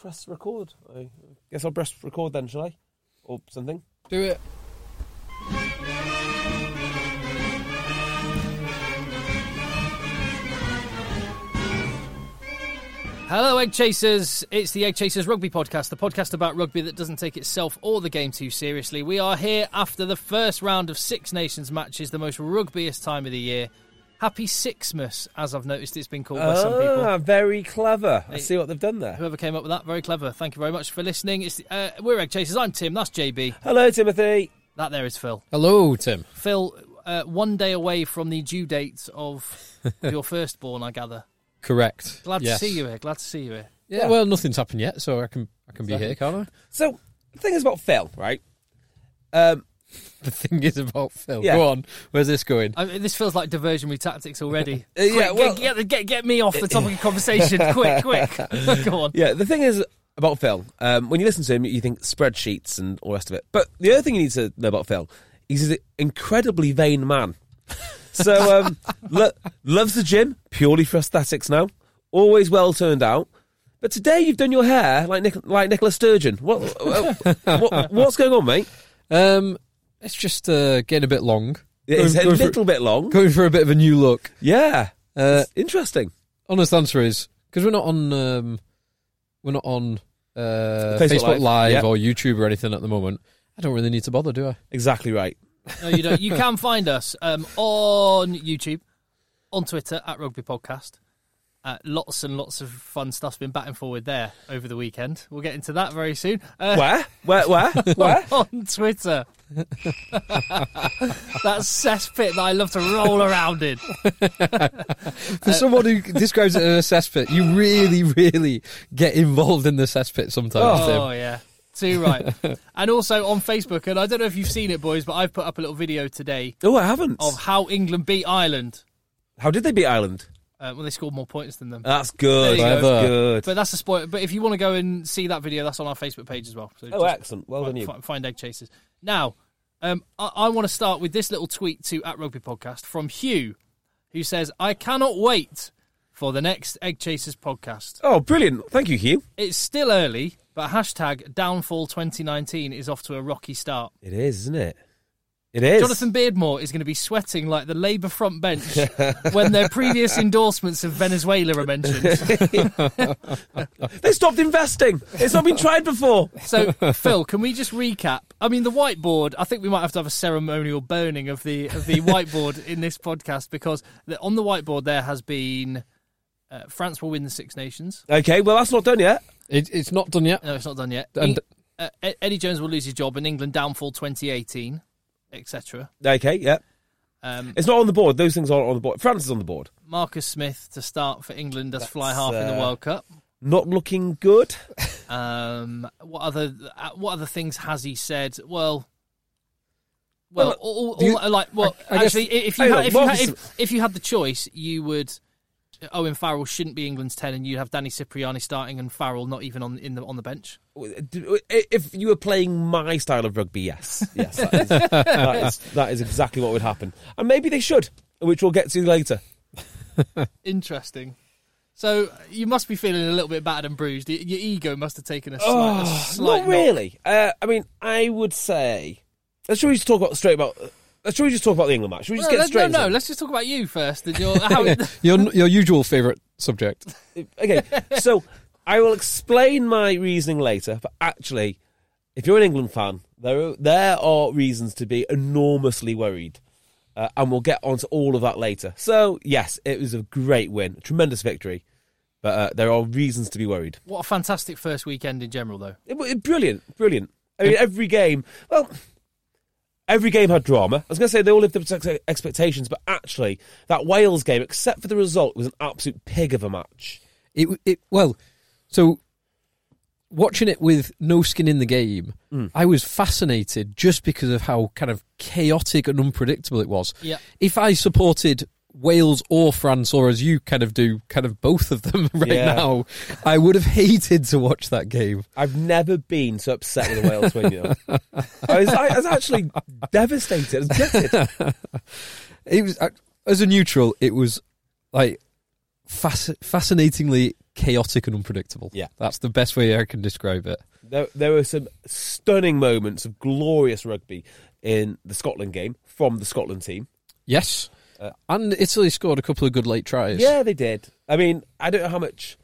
Press record. I guess I'll press record then, shall I? Or something. Do it. Hello, Egg Chasers. It's the Egg Chasers Rugby Podcast, the podcast about rugby that doesn't take itself or the game too seriously. We are here after the first round of Six Nations matches, the most rugbyest time of the year. Happy Sixmas, as I've noticed it's been called by some people. Ah, very clever. I Hey. see what they've done there. Whoever came up with that, very clever. Thank you very much for listening. It's the, uh, We're Egg Chasers. I'm Tim. That's JB. Hello, Timothy. That there is Phil. Hello, Tim. Phil, uh, one day away from the due date of your firstborn, I gather. Correct. Glad Yes. to see you here. Glad to see you here. Yeah, well, nothing's happened yet, so I can I can be here, can't I? So, the thing is about Phil, right? Um, The thing is about Phil. Yeah. Go on. Where's this going? I mean, this feels like diversionary tactics already. Uh, yeah, Quick, well- get, get, get, get me off the topic of conversation. quick, quick. Go on. yeah, the thing is about Phil. Um, when you listen to him, you think spreadsheets and all the rest of it. But the other thing you need to know about Phil, he's an incredibly vain man. So, um, lo- loves the gym purely for aesthetics now. Always well turned out. But today you've done your hair like Nic- like Nicola Sturgeon. What, what what's going on, mate? Um, it's just uh, getting a bit long. It's Going- a going for- little bit long. Going for a bit of a new look. Yeah, Uh, It's interesting. honest answer is because we're not on um, we're not on uh, Facebook Facebook, Live. Live, Yeah. or YouTube or anything at the moment. I don't really need to bother, do I? Exactly right. No, you don't. You can find us um, on YouTube, on Twitter at Rugby Podcast. Uh, lots and lots of fun stuff's been batting forward there over the weekend. We'll get into that very soon. Uh, Where? Where? Where? Where? on Twitter. that cesspit that I love to roll around in. For someone who describes it as a cesspit, you really, really get involved in the cesspit sometimes. Tim. Oh yeah, too right. and also on Facebook, and I don't know if you've seen it, boys, but I've put up a little video today Oh, I haven't. of how England beat Ireland. How did they beat Ireland? Uh, well, they scored more points than them. That's good. There That's you go. good. but that's a spoiler. But if you want to go and see that video, that's on our Facebook page as well. So Oh, just excellent. Well fi- done, you. fi- find egg chasers. Now, um, I, I want to start with this little tweet to at Rugby Podcast from Hugh, who says, "I cannot wait for the next Egg Chasers podcast. Oh, brilliant. Thank you, Hugh. It's still early, but hashtag Downfall 2019 is off to a rocky start." It is, isn't it? It is. Jonathan Beardmore is going to be sweating like the Labour front bench when their previous endorsements of Venezuela are mentioned. They stopped investing. It's not been tried before. So, Phil, can we just recap? I mean, the whiteboard. I think we might have to have a ceremonial burning of the of the whiteboard in this podcast because the, on the whiteboard there has been uh, France will win the Six Nations. Okay, well, that's not done yet. It, it's not done yet. No, it's not done yet. And- uh, Ed- Eddie Jones will lose his job in England. Downfall 2018, etc. Okay, yeah. Um, It's not on the board. Those things aren't on the board. France is on the board. Marcus Smith to start for England as fly half in the uh, World Cup. Not looking good. Um, what other uh, what other things has he said? Well, well, Well, all, all, do you- like well, I- I guess- actually, i- if you hang had, on, if, you had, Marcus- if, if you had the choice, you would. Owen Farrell shouldn't be England's ten, and you'd have Danny Cipriani starting, and Farrell not even on in the on the bench. If you were playing my style of rugby, yes. Yes, that is, that is, that is exactly what would happen. And maybe they should, which we'll get to later. Interesting. So you must be feeling a little bit battered and bruised. Y- Your ego must have taken a slight, a slight Oh, Ah, Not knock. really. Uh, I mean, I would say. Let's should we just talk about straight about. Let's should we just talk about the England match? Should we just No, get no, straight? no, into no, it? let's just talk about you first. And your, how it, Your your usual favourite subject. okay, so I will explain my reasoning later, but actually, if you're an England fan, there are, there are reasons to be enormously worried. Uh, and we'll get onto all of that later. So, yes, it was a great win, a tremendous victory, but uh, there are reasons to be worried. what a fantastic first weekend in general, though. It, it, brilliant, brilliant. I mean, every game, well, every game had drama. I was going to say they all lived up to ex- expectations, but actually, that Wales game, except for the result, was an absolute pig of a match. It it well, so watching it with no skin in the game, Hmm. I was fascinated just because of how kind of chaotic and unpredictable it was. Yeah. If I supported Wales or France, or as you kind of do, kind of both of them right Yeah. now, I would have hated to watch that game. I've never been so upset with a Wales win. You know, I was, I was actually devastated. I was gutted. It was I- as a neutral, it was like fasc- fascinatingly chaotic and unpredictable. Yeah. that's the best way I can describe it. There, there were some stunning moments of glorious rugby in the Scotland game from the Scotland team. Yes, Uh, and Italy scored a couple of good late tries. Yeah, they did. I mean, I don't know how much,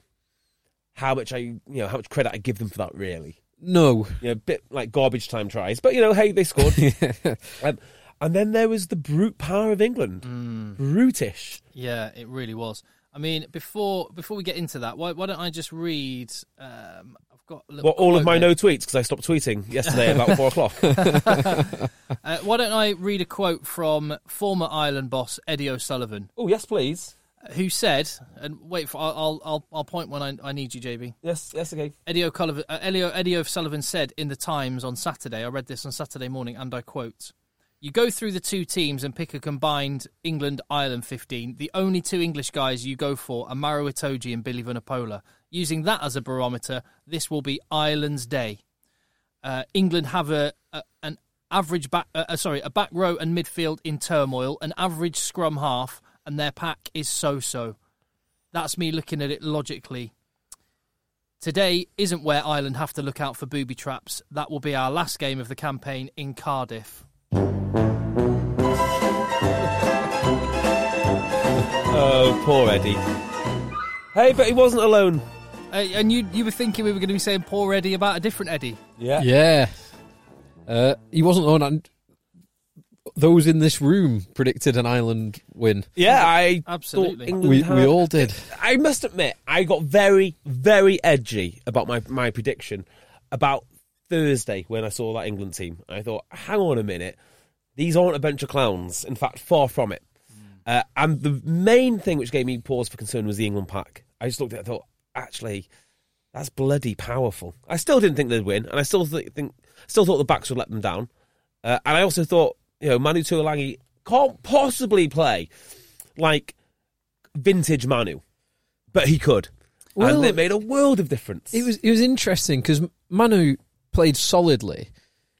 how much I, you know, how much credit I give them for that. Really, no, you know, a bit like garbage time tries, but you know, hey, they scored. um, and then there was the brute power of England, Mm. brutish. Yeah, it really was. I mean, before before we get into that, why, why don't I just read? Um, I've got a little Well, all of quote my here. no tweets because I stopped tweeting yesterday about four o'clock. Uh, why don't I read a quote from former Ireland boss Eddie O'Sullivan, uh, Oh yes, please. who said, and wait for I'll I'll- I'll, I'll point when I, I need you, JB. Yes, yes, okay. Eddie O'Sullivan, uh, Elio, Eddie O'Sullivan said in the Times on Saturday. I read this on Saturday morning, and I quote: "You go through the two teams and pick a combined England Ireland fifteen. The only two English guys you go for are Maro Itoje and Billy Vanapola. Using that as a barometer, this will be Ireland's day. Uh, England have a, a an average back, uh, uh, sorry, a back row and midfield in turmoil, an average scrum half, and their pack is so-so. That's me looking at it logically." Today isn't where Ireland have to look out for booby traps. That will be our last game of the campaign in Cardiff. Oh, poor Eddie. Hey, but he wasn't alone. Uh, and you, you were thinking we were going to be saying poor Eddie about a different Eddie. yeah. Uh, he wasn't on. And those in this room predicted an Ireland win. yeah. I thought Absolutely. England We had- uh, we all did. I must admit, I got very, very edgy about my my prediction about Thursday when I saw that England team. I thought, hang on a minute, these aren't a bunch of clowns. In fact, far from it. Uh, and the main thing which gave me pause for concern was the England pack. I just looked at it and thought, actually, that's bloody powerful. I still didn't think they'd win, and I still th- think, still thought the backs would let them down. Uh, and I also thought, you know, Manu Tuolangi can't possibly play like vintage Manu, but he could, Well- and it made a world of difference. It was it was interesting because Manu played solidly.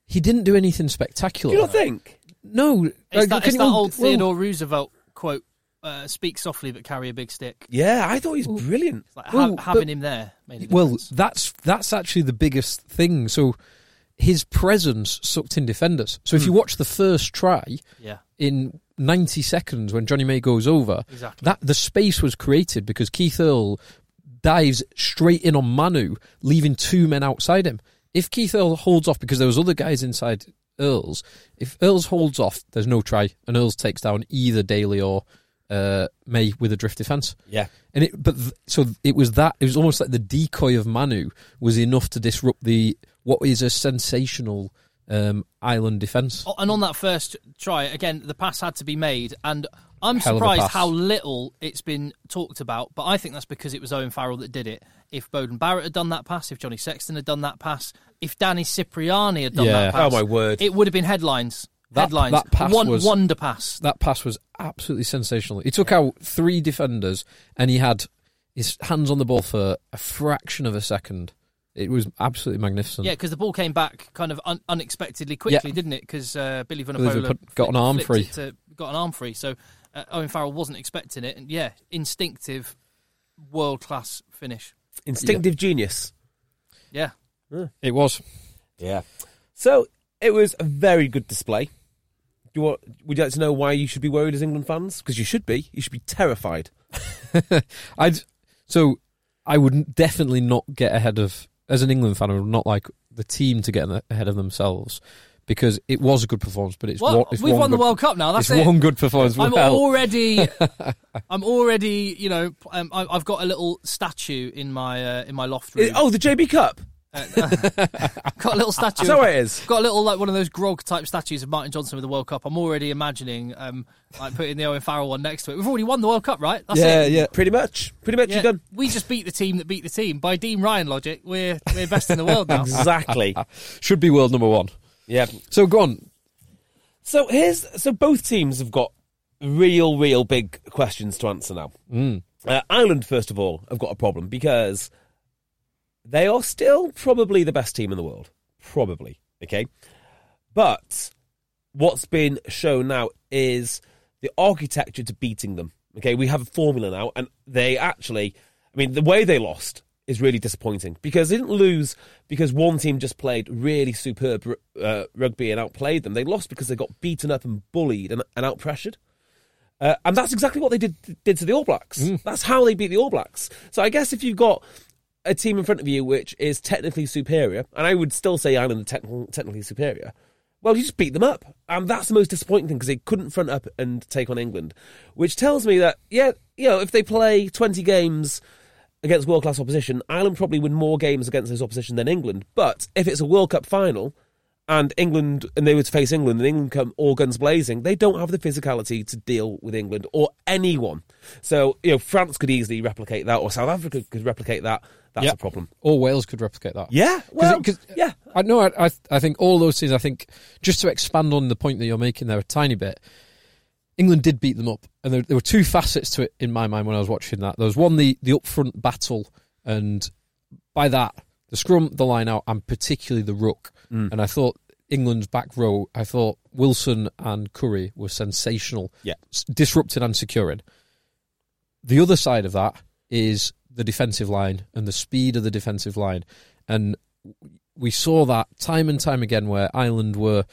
He didn't do anything Do spectacular. you not think? No, It's like, that, can it's you- that well, old Theodore Roosevelt quote, uh, speak softly but carry a big stick. Yeah, I thought he was brilliant. Like Well, ha- but- having him there made a Well, difference. that's that's actually the biggest thing. So his presence sucked in defenders. So if you watch the first try yeah, in 90 seconds when Johnny May goes over, exactly. that the space was created because Keith Earl dives straight in on Manu, leaving two men outside him. If Keith Earl holds off because there was other guys inside Earl's, if Earl's holds off, there's no try, and Earl's takes down either Daly or uh, May with a drift defence. Yeah, And it, but th- so it was that it was almost like the decoy of Manu was enough to disrupt the what is a sensational um, island defense. Oh, and on that first try, again, the pass had to be made, and I'm Hell of a surprised pass. how little it's been talked about. But I think that's because it was Owen Farrell that did it. If Bowden Barrett had done that pass, if Johnny Sexton had done that pass, if Danny Cipriani had done Yeah. that pass, Oh, my word. it would have been headlines. That- headlines. that pass One, was- wonder pass. That pass was absolutely sensational. He took out three defenders and he had his hands on the ball for a fraction of a second. It was absolutely magnificent. Yeah, because the ball came back kind of un- unexpectedly quickly, didn't it? Because uh, Billy Billy Vanapola Vanapola got an arm flicked free. it to- got an arm free. So uh, Owen Farrell wasn't expecting it, and yeah, instinctive, world class finish. instinctive genius. Yeah. It was. Yeah. So it was a very good display. Do you want, would you like to know why you should be worried as England fans? Because you should be. You should be terrified. I'd so I would definitely not get ahead of as an England fan. I would not like the team to get ahead of themselves because it was a good performance. But it's Well, one, it's we've one won the good- World Cup now. That's it's it. one good performance. I'm well, already, I'm Oh, already, you know, um, I, I've got a little statue in my uh, in my loft room. oh, the JB Cup. Got a little statue. So it is. Got a little like one of those grog type statues of Martin Johnson with the World Cup. I'm already imagining um, like putting the Owen Farrell one next to it. We've already won the World Cup, right? That's yeah, it. yeah. Pretty much. Pretty much Yeah. you're done. We just beat the team that beat the team. By Dean Ryan logic, we're we're best in the world now. Exactly. Should be world number one. yeah. So go on. So here's so both teams have got real, real big questions to answer now. Uh, Ireland, first of all, have got a problem because they are still probably the best team in the world, probably. Okay, but what's been shown now is the architecture to beating them. Okay, we have a formula now, and they actually, I mean, the way they lost is really disappointing because they didn't lose because one team just played really superb uh, rugby and outplayed them. They lost because they got beaten up and bullied and, and outpressured. Uh, and that's exactly what they did did to the All Blacks. That's how they beat the All Blacks. So I guess if you've got a team in front of you which is technically superior, and I would still say Ireland are technical, technically superior, well, you just beat them up. And that's the most disappointing thing because they couldn't front up and take on England, which tells me that, yeah, you know, if they play 20 games against world class opposition, Ireland probably win more games against those opposition than England. But if it's a World Cup final, and England, and they were to face England, and England come all guns blazing. They don't have the physicality to deal with England or anyone. So you know, France could easily replicate that, or South Africa could replicate that. That's Yeah. a problem. Or Wales could replicate that. Yeah, well, yeah. I know. I, I I think all those things. I think just to expand on the point that you're making there a tiny bit. England did beat them up, and there, there were two facets to it in my mind when I was watching that. There was one the the upfront battle, and by that the scrum, the line out, and particularly the ruck. And I thought England's back row. I thought Wilson and Curry were sensational, Yeah. s- disrupting and securing. The other side of that is the defensive line and the speed of the defensive line, and we saw that time and time again where Ireland were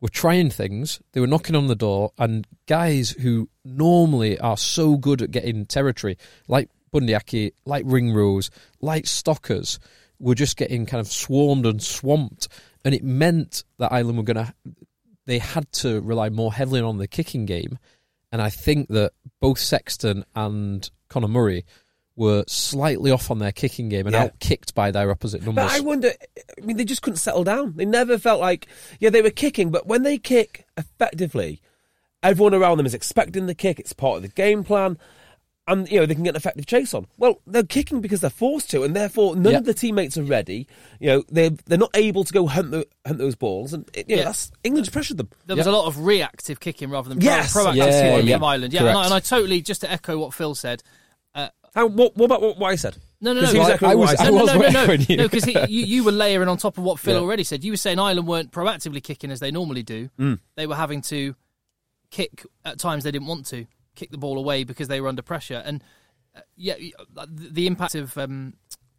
were trying things, they were knocking on the door, and guys who normally are so good at getting territory, like Bundyaki, like Ringrose, like Stockers, were just getting kind of swarmed and swamped, and it meant that Ireland were going to they had to rely more heavily on the kicking game, and I think that both Sexton and Conor Murray were slightly off on their kicking game and Yeah. out kicked by their opposite numbers. But I wonder. I mean, they just couldn't settle down. They never felt like yeah, they were kicking, but when they kick effectively, everyone around them is expecting the kick. It's part of the game plan, and you know they can get an effective chase on. Well, they're kicking because they're forced to, and therefore none Yeah. of the teammates are ready. You know they they're not able to go hunt the, hunt those balls, and it, you know, Yeah. that's England's pressured them. There was Yeah. a lot of reactive kicking rather than Yes. pro- proactive Yeah, kicking yeah. from Ireland. Yeah, and Correct. I, and I totally just to echo what Phil said. How, what, what about what, what I said? No, no, 'Cause no. he was I- echoing I what was- said. I no, was- no, no, no, wearing you. no, because you, you were layering on top of what Phil Yeah. already said. You were saying Ireland weren't proactively kicking as they normally do. Mm. They were having to kick at times they didn't want to kick the ball away because they were under pressure. And uh, yeah, y- uh, the the impact of um,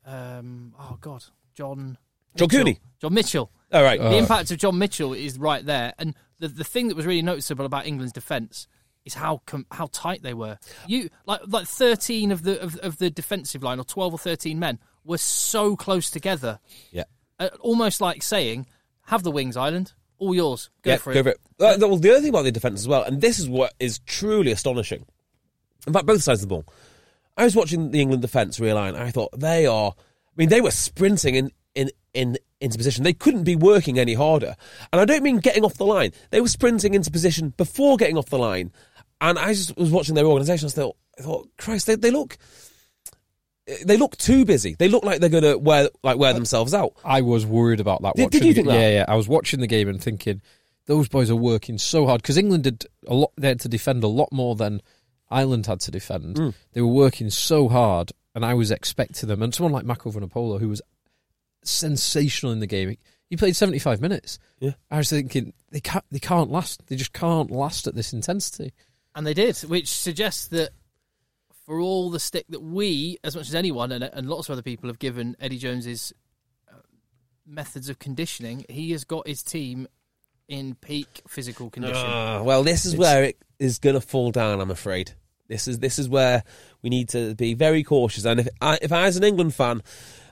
um, oh god, John John Mitchell. Cooney. John Mitchell. All right. the impact of John Mitchell is right there, and the the thing that was really noticeable about England's defence is how com- how tight they were. You like like thirteen of the of, of the defensive line, or twelve or thirteen men, were so close together, yeah. uh, almost like saying, "Have the wings, Island, all yours, go for it." Go for it. Uh, well, the other thing about the defence as well, and this is what is truly astonishing. In fact, both sides of the ball. I was watching the England defence realign. and I thought they are. I mean, they were sprinting in in in into position. They couldn't be working any harder. And I don't mean getting off the line. They were sprinting into position before getting off the line. And I just was watching their organisation. I thought, I thought, Christ, they, they look. They look too busy. They look like they're going to wear like wear themselves out. I was worried about that. Did- watching did you the think ga- that? Yeah, yeah. I was watching the game and thinking those boys are working so hard because England did a lot. They had to defend a lot more than Ireland had to defend. Hmm. They were working so hard, and I was expecting them. And someone like Mako Vannapolo, who was sensational in the game, he- he played seventy five minutes. Yeah. I was thinking they can't. They can't last. They just can't last at this intensity. And they did, which suggests that for all the stick that we, as much as anyone, and, and lots of other people have given Eddie Jones's uh, methods of conditioning, he has got his team in peak physical condition. Ah, well, this is where it is going to fall down. I'm afraid. This is this is where we need to be very cautious. And if I, if I was an England fan,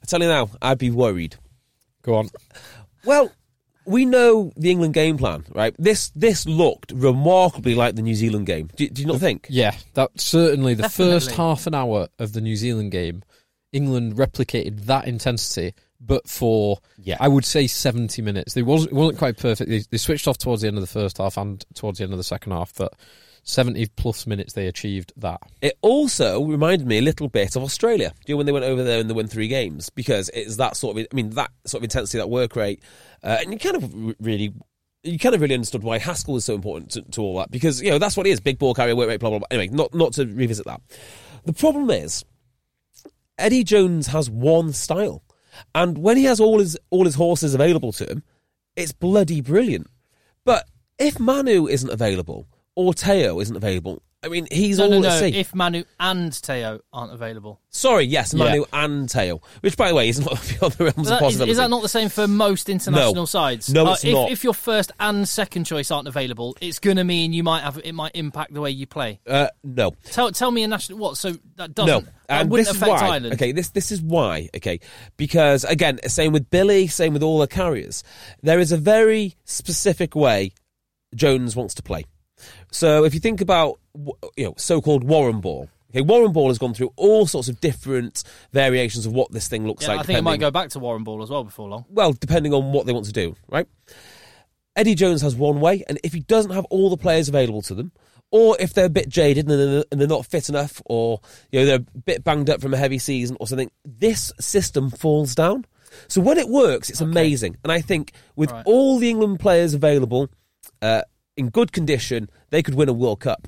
I tell you now, I'd be worried. Go on. Well, we know the England game plan, right? This this looked remarkably like the New Zealand game. Do, do you not think? Yeah, that certainly the Definitely. first half an hour of the New Zealand game, England replicated that intensity, but for Yeah. I would say seventy minutes. They wasn't it wasn't quite perfect. They, they switched off towards the end of the first half and towards the end of the second half. That seventy plus minutes they achieved that. It also reminded me a little bit of Australia, you know, when they went over there and they won three games, because it's that sort of, I mean, that sort of intensity, that work rate, uh, and you kind of r- really, you kind of really understood why Haskell was so important to, to all that, because you know that's what it is, big ball carrier, work rate, blah blah blah. Anyway, not not to revisit that. The problem is, Eddie Jones has one style, and when he has all his all his horses available to him, it's bloody brilliant. But if Manu isn't available or Teo isn't available, I mean, he's No, all no, at no. sea. If Manu and Teo aren't available, Sorry, yes, Manu Yeah. and Tail. Which, by the way, is not beyond the realms Is of that- is, possibility. is that not the same for most international sides? Uh, No, it's if, not. If your first and second choice aren't available, it's going to mean you might have it might impact the way you play. Uh, no, Tell tell me a national what? So that no. doesn't. That And wouldn't this is affect why. Ireland. Okay, this this is why. Okay, because again, same with Billy, same with all the carriers. There is a very specific way Jones wants to play. So if you think about w- you know so-called Warren Ball. Okay, Warren Ball has gone through all sorts of different variations of what this thing looks Yeah, like. I think it depending- might go back to Warren Ball as well before long. well, depending on what they want to do, right? Eddie Jones has one way, and if he doesn't have all the players available to them, or if they're a bit jaded and they're, and they're not fit enough, or you know they're a bit banged up from a heavy season or something, this system falls down. So when it works, it's amazing, and I think with Right. all the England players available uh, in good condition, they could win a World Cup.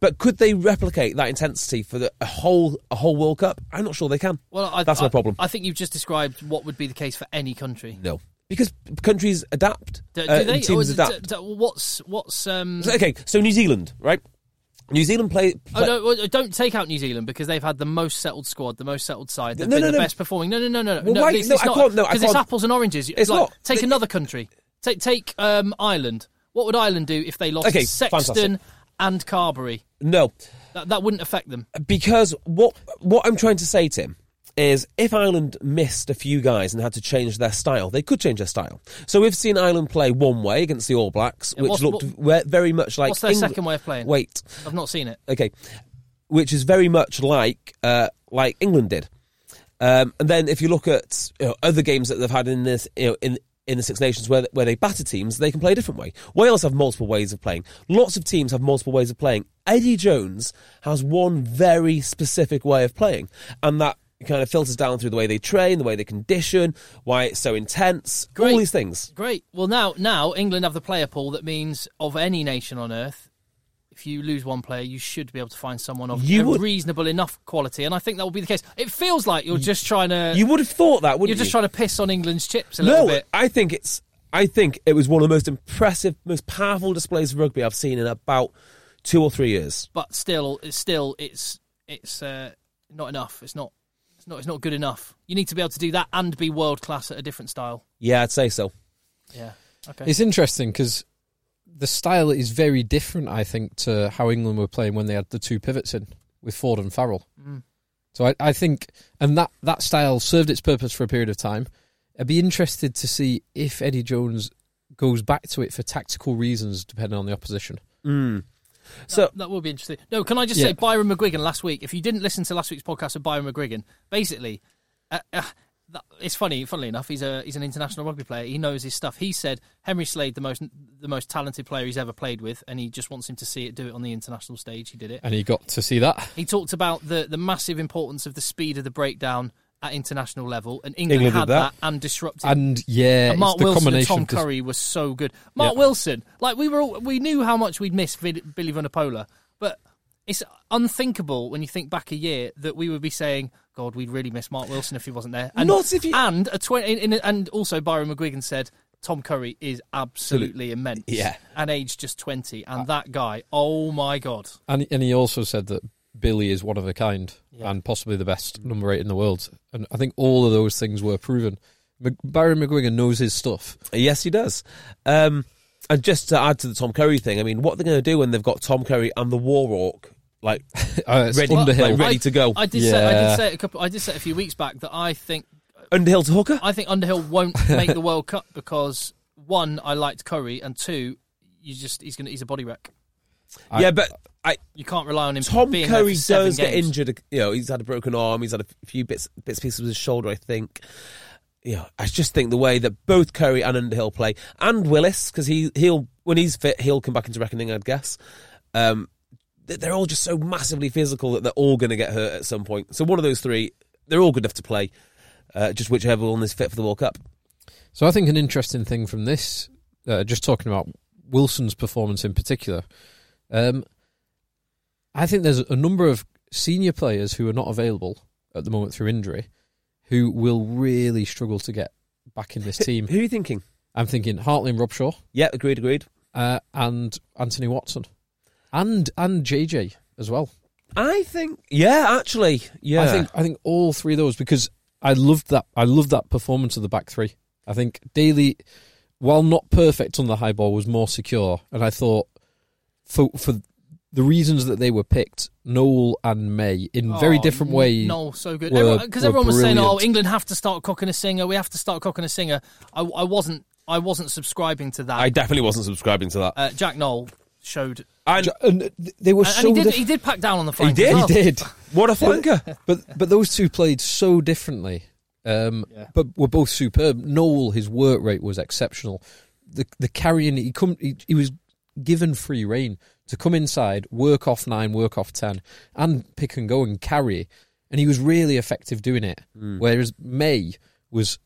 But could they replicate that intensity for the, a whole a whole World Cup? I'm not sure they can. Well, I, that's I, my problem. Uh, I think you've just described what would be the case for any country. No, because countries adapt. Do, do uh, and they? or teams d- adapt. d- what's what's um? So, okay, so New Zealand, right? New Zealand play. Oh, play- no, well, don't take out New Zealand because they've had the most settled squad, the most settled side. They've No, been no, the no. best performing. No, no, no, no. Well, why- it's, no, it's I not, can't- no, I Because it's can't. apples and oranges. It's like, not. Take They- another country. Take take um, Ireland. What would Ireland do if they lost Okay, Sexton fantastic. and Carberry? no, That, that wouldn't affect them. because what what I'm trying to say, Tim, is if Ireland missed a few guys and had to change their style, they could change their style. So we've seen Ireland play one way against the All Blacks, Yeah, which what's- looked we- very much like what's their England- second way of playing? Wait, I've not seen it. okay, which is very much like uh, like England did. Um, and then if you look at you know, other games that they've had in this you know, in in the Six Nations where where they batter teams, they can play a different way. Wales have multiple ways of playing. Lots of teams have multiple ways of playing. Eddie Jones has one very specific way of playing, and that kind of filters down through the way they train, the way they condition, why it's so intense, all Great. these things. Great. Well, now now England have the player pool that means of any nation on earth, if you lose one player, you should be able to find someone of You a would- reasonable enough quality, and I think that will be the case. It feels like you're just trying to You would have thought that, you're wouldn't just you? trying to piss on England's chips a No, little bit. I think it's. I think it was one of the most impressive, most powerful displays of rugby I've seen in about two or three years. but still, it's still, it's it's uh, not enough. It's not, it's not, it's not good enough. You need to be able to do that and be world class at a different style. Yeah, I'd say so. Yeah. Okay. It's interesting because the style is very different, I think, to how England were playing when they had the two pivots in with Ford and Farrell. Mm. So I, I think, and that, that style served its purpose for a period of time. I'd be interested to see if Eddie Jones goes back to it for tactical reasons, depending on the opposition. Hmm. So Oh. that will be interesting. No, can I just Yeah. say Byron McGuigan last week? If you didn't listen to last week's podcast with Byron McGuigan, basically, uh, uh, that, it's funny. Funnily enough, he's a he's an international rugby player. He knows his stuff. He said Henry Slade, the most the most talented player he's ever played with, and he just wants him to see it do it on the international stage. He did it. And he got to see that. He talked about the, the massive importance of the speed of the breakdown at international level, and England, England did had that. that. and disrupted. it. And yeah, and Mark it's the Wilson and combination Tom of dis- Curry were so good. Mark Yeah. Wilson, like we were, all, we knew how much we'd missed Vid- Billy Vanapola, but it's unthinkable when you think back a year that we would be saying, "God, we'd really miss Mark Wilson if he wasn't there." And, Not if you- and a twenty, in, in- and also Byron McGuigan said. Tom Curry is absolutely immense. Yeah. And aged just 20. Uh, And that guy, oh my God. And, and he also said that Billy is one of a kind and possibly the best number eight in the world. And I think all of those things were proven. Mc- Barry McGuigan knows his stuff. yes, he does. Um, and just to add to the Tom Curry thing, I mean, what are they going to do when they've got Tom Curry and the War Orc? Like, Uh, it's Ready. Underhill. Like, ready to go. I did say I did Yeah. say it a couple. I did say it a few weeks back that I think Underhill to Hooker? I think Underhill won't make the World Cup because one, I liked Curry, and two, you just he's gonna he's a body wreck. I- yeah, but I, You can't rely on him. Tom being there for Curry seven does get games. injured. You know, he's had a broken arm. He's had a few bits, bits pieces of his shoulder, I think. you know, I just think the way that both Curry and Underhill play, and Willis, because he he'll when he's fit, he'll come back into reckoning, I'd guess. Um, th- they're all just so massively physical that they're all going to get hurt at some point. So one of those three, they're all good enough to play. Uh, just whichever one is fit for the World Cup. So I think an interesting thing from this, uh, just talking about Wilson's performance in particular, um, I think there's a number of senior players who are not available at the moment through injury, who will really struggle to get back in this team. Who are you thinking? I'm thinking Hartley and Robshaw, Yeah, agreed, agreed. uh, and Anthony Watson, and and JJ as well. I think, yeah, actually, yeah. I think I think all three of those because I loved that I loved that performance of the back three. I think Daly, while not perfect on the high ball, was more secure, and I thought for for the reasons that they were picked, Noel and May in very Oh, different ways. No, so good. were- Because everyone, 'cause were everyone was saying, "Oh, brilliant. England have to start cooking a singer. We have to start cooking a singer." I, I wasn't. I wasn't subscribing to that. I definitely wasn't subscribing to that. uh, Jack Knoll showed, and Ju- and th- they were and, and so he did. diff- He did pack down on the flank. did, as he well. He did. what a flanker! but but those two played so differently. Um, But were both superb. Noel, his work rate was exceptional. The the carrying he come he, he was given free rein to come inside, work off nine, work off ten, and pick and go and carry, and he was really effective doing it. Whereas May was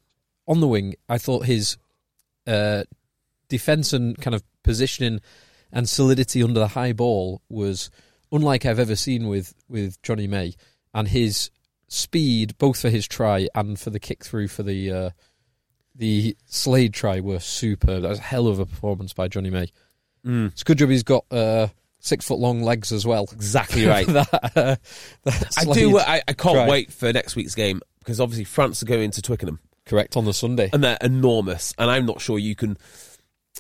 on the wing. I thought his uh, defense and kind of positioning and solidity under the high ball was unlike I've ever seen with with Johnny May and his speed both for his try and for the kick through for the uh, the Slade try were superb. That was a hell of a performance by Johnny May. Mm. It's a good job he's got uh, six foot long legs as well. Exactly right. that, uh, that I Slade- do. uh, I, I can't Right. wait for next week's game because obviously France are going to Twickenham correct on the Sunday. and they're enormous, and I'm not sure you can.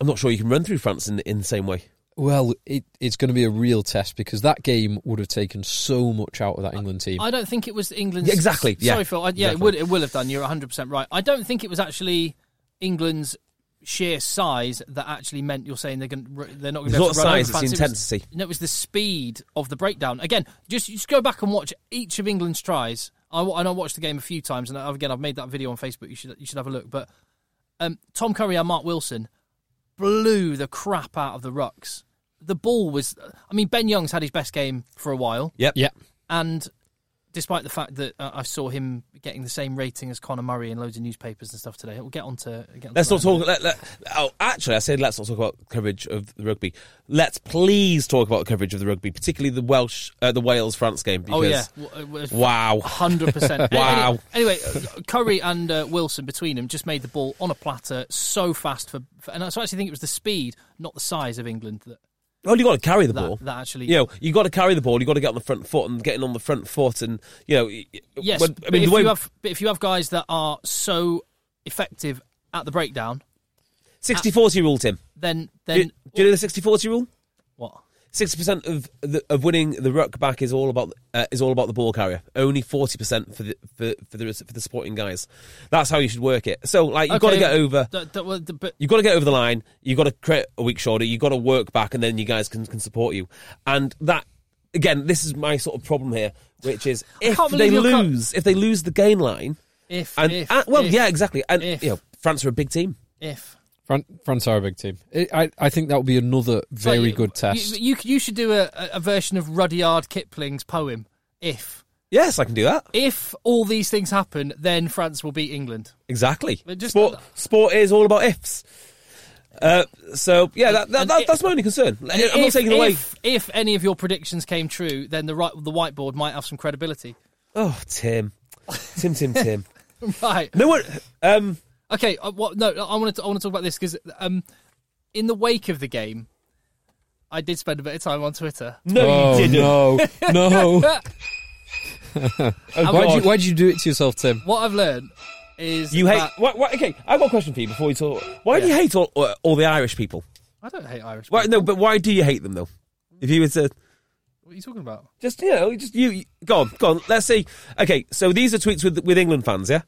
I'm not sure you can run through France in, in the same way. Well, it, it's going to be a real test because that game would have taken so much out of that England team. I don't think it was England's. Yeah, exactly, yeah. Sorry, Phil. I, yeah, it Exactly. would. It will have done. You're 100 percent right. I don't think it was actually England's sheer size that actually meant you're saying they're going. They're not going It's to. be not able to run size, it's over France. the It was- intensity. no, it was the speed of the breakdown. Again, just just go back and watch each of England's tries. I, wa- and I watched the game a few times, and I- again, I've made that video on Facebook. You should you should have a look. But um, Tom Curry and Mark Wilson blew the crap out of the rucks. The ball was. I mean, Ben Young's had his best game for a while Yep. yeah. and despite the fact that uh, I saw him getting the same rating as Conor Murray in loads of newspapers and stuff today, we'll get on to. Get on Let's to not talk. Let, let, oh, actually, I said let's not talk about coverage of the rugby. Let's please talk about coverage of the rugby, particularly the Welsh, uh, the Wales France game. Oh yeah, Because, a Wow. hundred percent. Wow. Anyway, uh, Curry and uh, Wilson between them just made the ball on a platter so fast for, for and I actually think it was the speed, not the size of England that Well, you got to carry the ball. that, that actually. you know, you got to carry the ball. You got to get on the front foot, and getting on the front foot, and you know, y- Yes, when- but if you have but if you have guys that are so effective at the breakdown, 60-40 rule, Tim. then Do you, then do you know the 60-40 rule? what? Sixty percent of the, of winning the ruck back is all about uh, is all about the ball carrier. Only forty percent for the for, for the for the supporting guys. That's how you should work it. So like you've got to Okay, get over. d- d- well, d- but You've got to get over the line. You've got to create a weak shoulder. You've got to work back, and then you guys can, can support you. And that again, this is my sort of problem here, which is if can't they believe you're co- lose, if they lose the gain line, if and if, uh, well, if, yeah, exactly. And if. you know, France are a big team. if Fran- France are a big team. I I, I think that would be another very Like, good test. You, you, you should do a, a version of Rudyard Kipling's poem. If Yes, I can do that. if all these things happen, then France will beat England. Exactly. But just- sport, sport is all about ifs. Uh, so yeah, that, that, And that, it- that's my only concern. I'm if, not taking away. If, if any of your predictions came true, then the right the whiteboard might have some credibility. Oh, Tim, Tim, Tim, Tim. right. no one. Um, Okay. Uh, what, no, I want to I want to talk about this because um, in the wake of the game, I did spend a bit of time on Twitter. no, you didn't. Oh, no, no! Oh, why'd, you, God. why'd you do it to yourself, Tim? What I've learned is You hate. that- Why, why, okay, I've got a question for you before we talk. Why do you hate all, uh, all the Irish people? I don't hate Irish. Why, people. no, but why do you hate them though? If you were to What are you talking about? just you know just you, you go on go on let's see. Okay, so these are tweets with with England fans, yeah,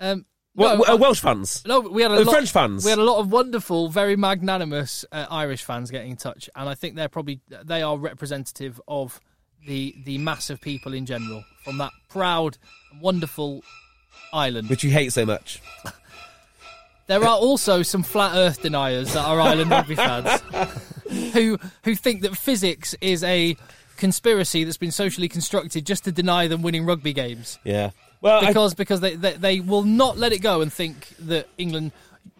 Um, Wel- no, uh, I- Welsh fans. No, we had a The lot, Oh, French fans. We had a lot of wonderful, very magnanimous uh, Irish fans getting in touch, and I think they're probably they are representative of the the mass of people in general from that proud, wonderful island. which you hate so much. There are also some flat Earth deniers that are island rugby fans who who think that physics is a conspiracy that's been socially constructed just to deny them winning rugby games Yeah. Well, I- because because they, they they will not let it go and think that England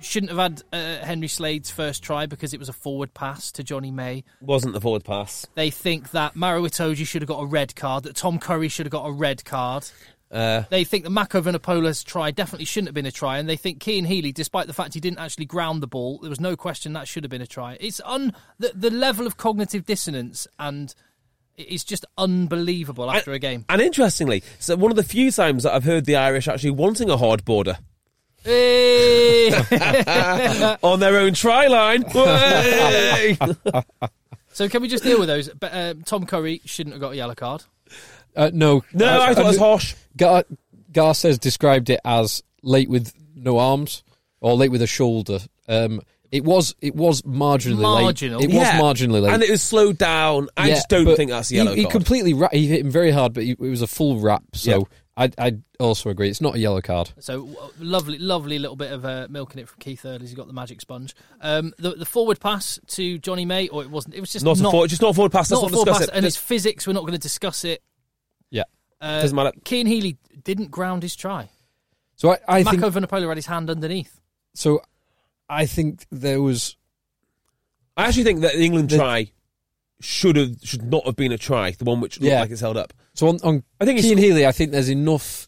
shouldn't have had uh, Henry Slade's first try because it was a forward pass to Johnny May. wasn't the forward pass. They think that Maro Itoje should have got a red card, that Tom Curry should have got a red card. they think that Mako Vinopola's try definitely shouldn't have been a try, and they think Keane Healy, despite the fact he didn't actually ground the ball, there was no question that should have been a try. It's un the, the level of cognitive dissonance and it's just unbelievable after a game. And interestingly, so one of the few times that I've heard the Irish actually wanting a hard border Hey! on their own try line. Way! so can we just deal with those? But, uh, Tom Curry shouldn't have got a yellow card. Uh, no, Uh, no, I thought it was harsh. Gar, Gar says described it as late with no arms or late with a shoulder. Um, it was it was marginally Marginal. late. It Yeah. was marginally late. And it was slowed down. I Yeah, just don't but think that's a he- yellow He, card. completely ra- he hit him very hard, but he, it was a full wrap. So I I also agree. It's not a yellow card. So w- lovely, lovely little bit of uh, milking it from Keith Earl as he got the magic sponge. Um, the, the forward pass to Johnny May, or it wasn't. It was just not, a forward, just not a forward pass. Let's not not a forward discuss pass, it. and it's physics. We're not going to discuss it. Yeah. Uh, Doesn't matter. Keane Healy didn't ground his try. So I, I think Mako Vinopola had his hand underneath. so. I think there was I actually think that the England The- try should have should not have been a try. The one which looked Yeah. like it's held up. So on, on I think it's- Keane Healy, I think there's enough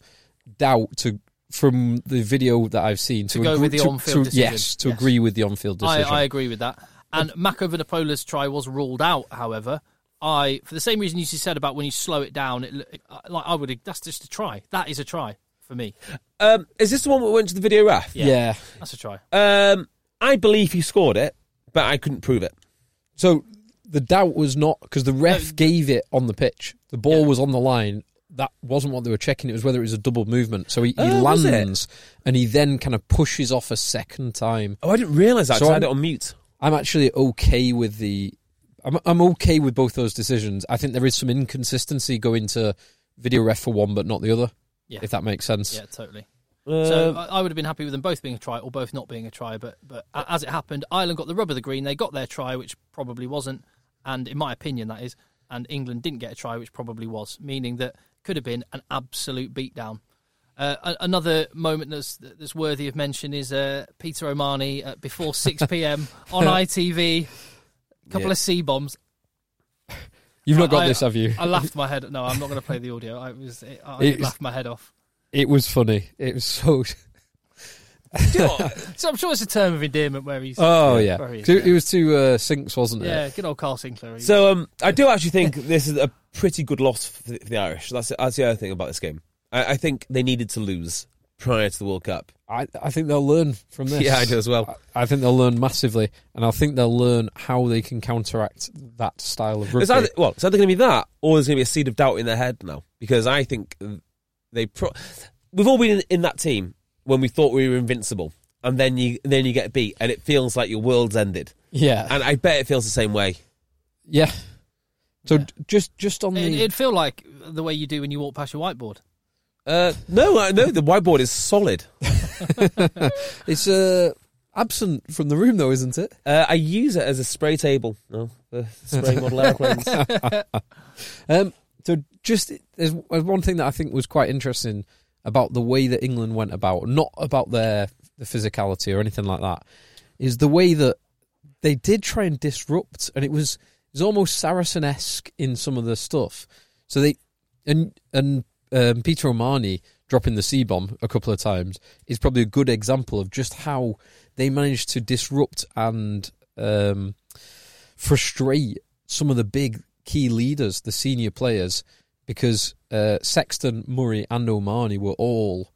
doubt to from the video that I've seen to, go with the to- on-field to- decision. Yes, to Yes. agree with the on-field I, decision. I agree with that. And Mako Vinopola's try was ruled out. However, I for the same reason you said about when you slow it down, it, l- like I would. That's just a try. That is a try for me. Um, is this the one that went to the video ref? yeah. That's a try. Um, I believe he scored it, but I couldn't prove it. So the doubt was not because the ref No. gave it on the pitch. The ball Yeah. was on the line. That wasn't what they were checking. It was whether it was a double movement. So he, he Oh, was it? lands and he then kind of pushes off a second time. Oh, I didn't realise that. So 'cause I had it I'm- on mute. I'm actually okay with the. I'm I'm okay with both those decisions. I think there is some inconsistency going to video ref for one but not the other. Yeah. If that makes sense. Yeah, totally. Um, So I, I would have been happy with them both being a try or both not being a try, but but a- as it happened, Ireland got the rub of the green. They got their try, which probably wasn't, and in my opinion, that is. And England didn't get a try, which probably was, meaning that could have been an absolute beatdown. Uh, a- another moment that's that's worthy of mention is uh, Peter O'Mani uh, before six p.m. on ITV. A couple Yeah. of C bombs. You've not got I- this, have you? I laughed my head. No, I'm not going to play the audio. I was. I, I It was- laughed my head off. It was funny. It was so. So I'm sure it's a term of endearment where he's. Oh yeah, where he is, 'Cause it was two uh, sinks, wasn't it? Yeah, good old Carl Sinclair. So, So um, I do actually think this is a pretty good loss for the, for the Irish. That's that's the other thing about this game. I, I think they needed to lose prior to the World Cup. I, I think they'll learn from this. Yeah, I do as well. I, I think they'll learn massively, and I think they'll learn how they can counteract that style of rugby. It's either, well, it's either going to be that, or there's going to be a seed of doubt in their head now because I think they. Pro- We've all been in, in that team when we thought we were invincible, and then you then you get beat, and it feels like your world's ended. yeah, And I bet it feels the same way. yeah. So Yeah. j just just on it, the it'd feel like the way you do when you walk past your whiteboard. Uh, no, I know the whiteboard is solid. it's uh, absent from the room though, isn't it? Uh, I use it as a spray table. No, the spray model airplanes. Um, so just there's one thing that I think was quite interesting about the way that England went about, not about their the physicality or anything like that, is the way that they did try and disrupt, and it was it was almost Saracen esque in some of the stuff. So they and and um, Peter Omani dropping the C bomb a couple of times is probably a good example of just how they managed to disrupt and um, frustrate some of the big key leaders, the senior players, because uh, Sexton, Murray, and Omani were all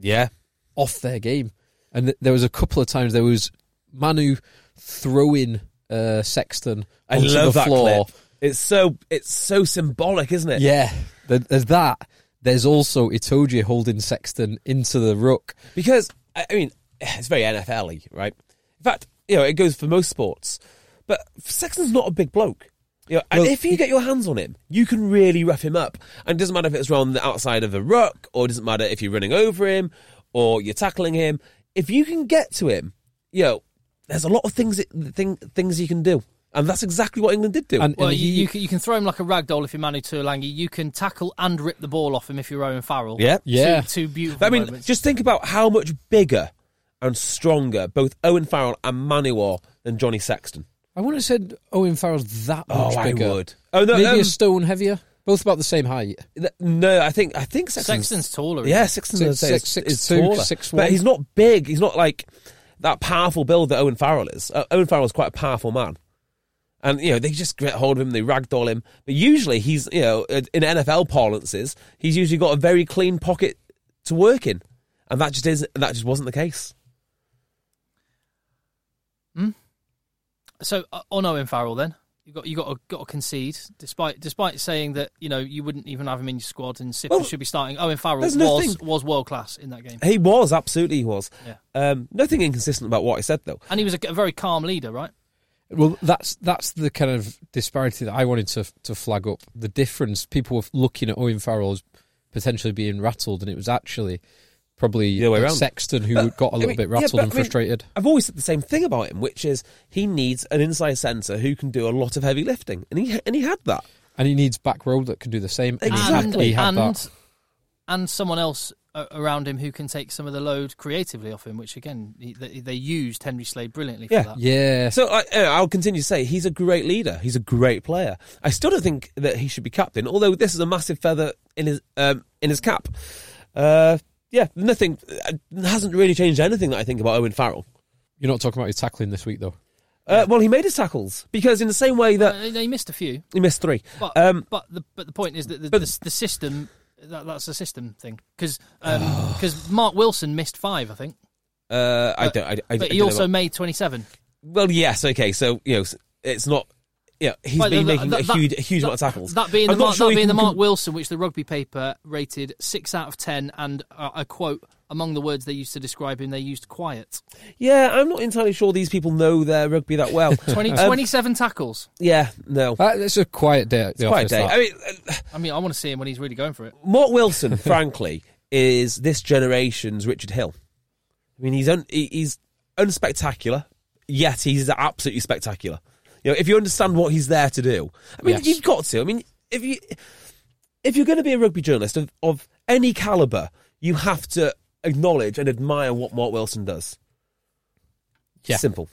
yeah. off their game, and th- there was a couple of times there was Manu throwing uh, Sexton I onto love the that floor. clip. It's so it's so symbolic, isn't it? Yeah, there- there's that. There's also Itoje holding Sexton into the ruck. Because I I mean, it's very NFL-y, right? In fact, you know, it goes for most sports. But Sexton's not a big bloke. You know, and Well, if you get your hands on him, you can really rough him up. And it doesn't matter if it's around the outside of the ruck, or it doesn't matter if you're running over him, or you're tackling him. If you can get to him, you know, there's a lot of things that, thing, things you can do. And that's exactly what England did do. And, Well, and you, he- you, can, you can throw him like a rag doll if you're Manu Tuolangi. You can tackle and rip the ball off him if you're Owen Farrell. Yeah. Yeah. Two, two beautiful I mean, moments. just think about how much bigger and stronger both Owen Farrell and Manu are than Johnny Sexton. I wouldn't have said Owen Farrell's that Oh, much I bigger. would. Oh, no, Maybe um, a stone heavier. Both about the same height. Th- No, I think I think Sexton's, Sexton's taller. isn't he? Yeah, Sexton's Six- I'd say, six- is- six is two, taller. six but one. he's not big. He's not like that powerful build that Owen Farrell is. Uh, Owen Farrell's quite a powerful man. And you know they just get hold of him, they ragdoll him. But usually he's you know in in NFL parlances, he's usually got a very clean pocket to work in, and that just is that just wasn't the case. So uh, on Owen Farrell, then you got you got to, got to concede, despite despite saying that you know you wouldn't even have him in your squad and Sipper Well, should be starting. Owen Farrell there's was nothing- was world class in that game, He was absolutely he was. Yeah. Um, nothing inconsistent about what I said though. and he was a, a very calm leader, right? Well, that's that's the kind of disparity that I wanted to to flag up. The difference people were looking at Owen Farrell as potentially being rattled, and it was actually probably The other way around. Sexton who But, got a I little mean, bit yeah, rattled but, and I mean, frustrated. I've always said the same thing about him, which is he needs an inside centre who can do a lot of heavy lifting, and he and he had that. And he needs back row that can do the same. and he had- And he had and, that. and someone else a- around him who can take some of the load creatively off him, which again he, they, they used Henry Slade brilliantly for Yeah. that. Yeah. So I, uh, I'll continue to say he's a great leader. He's a great player. I still don't think that he should be captain, although this is a massive feather in his um, in his cap. Uh, yeah, nothing uh, hasn't really changed anything that I think about Owen Farrell. You're not talking about his tackling this week, though. Uh, well, he made his tackles because in the same way that Uh, they missed a few, he missed three. but Um, but the but the point is that the, but- the, the system that, that's a system thing because because Mark Wilson missed five, I think, uh, I don't. I, I, I but don't he know also about- made twenty seven. Well, yes, okay. So you know, s- it's not. Yeah, he's Right, been that- making that- a that- huge, a huge amount of that- tackles. That being I'm the not Mark, sure that he being the can Mark com- Wilson, which the rugby paper rated six out of ten, and uh, I quote among the words they used to describe him, they used quiet. Yeah, I'm not entirely sure these people know their rugby that well. 20, Um, 27 tackles. yeah, no. That, it's a quiet day. At the Quite a day. office, that. I mean, uh, I mean, I want to see him when he's really going for it. Mark Wilson, frankly, is this generation's Richard Hill. I mean, he's un- he- he's unspectacular, yet he's absolutely spectacular. You know, if you understand what he's there to do, I mean, Yes. you've got to. I mean, if you if you're going to be a rugby journalist of, of any caliber, you have to acknowledge and admire what Mark Wilson does. Yeah. Simple.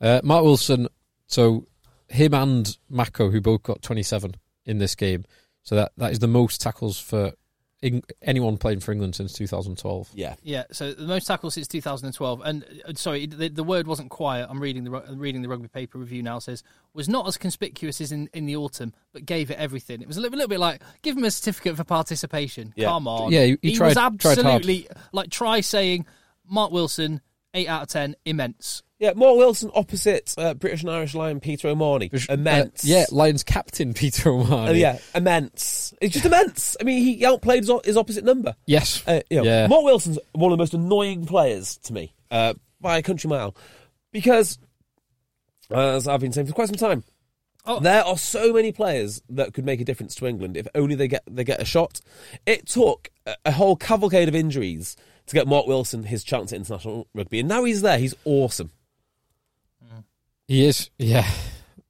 Uh, Mark Wilson, so him and Mako, who both got 27 in this game. So that, that is the most tackles for Eng- anyone playing for England since 2012. Yeah. Yeah, so the most tackles since 2012, and uh, sorry, the, the word wasn't quiet. I'm reading the ru- I'm reading the rugby paper review now. Says was not as conspicuous as in, in the autumn, but gave it everything. It was a little, little bit like give him a certificate for participation. Yeah. Come on, Yeah, he- he was tried- tried hard. absolutely like try saying Mark Wilson eight out of ten immense. Yeah, Mark Wilson opposite uh, British and Irish Lion Peter O'Marney. Immense. Uh, yeah, Lions captain Peter O'Mahony. Oh, yeah, immense. It's just immense. I mean, he outplayed his, o- his opposite number. Yes. Uh, you know, yeah. Mark Wilson's one of the most annoying players to me uh, by a country mile because, as I've been saying for quite some time, Oh. there are so many players that could make a difference to England if only they get they get a shot. It took a, a whole cavalcade of injuries to get Mark Wilson his chance at international rugby, and now he's there. He's awesome. He is, yeah.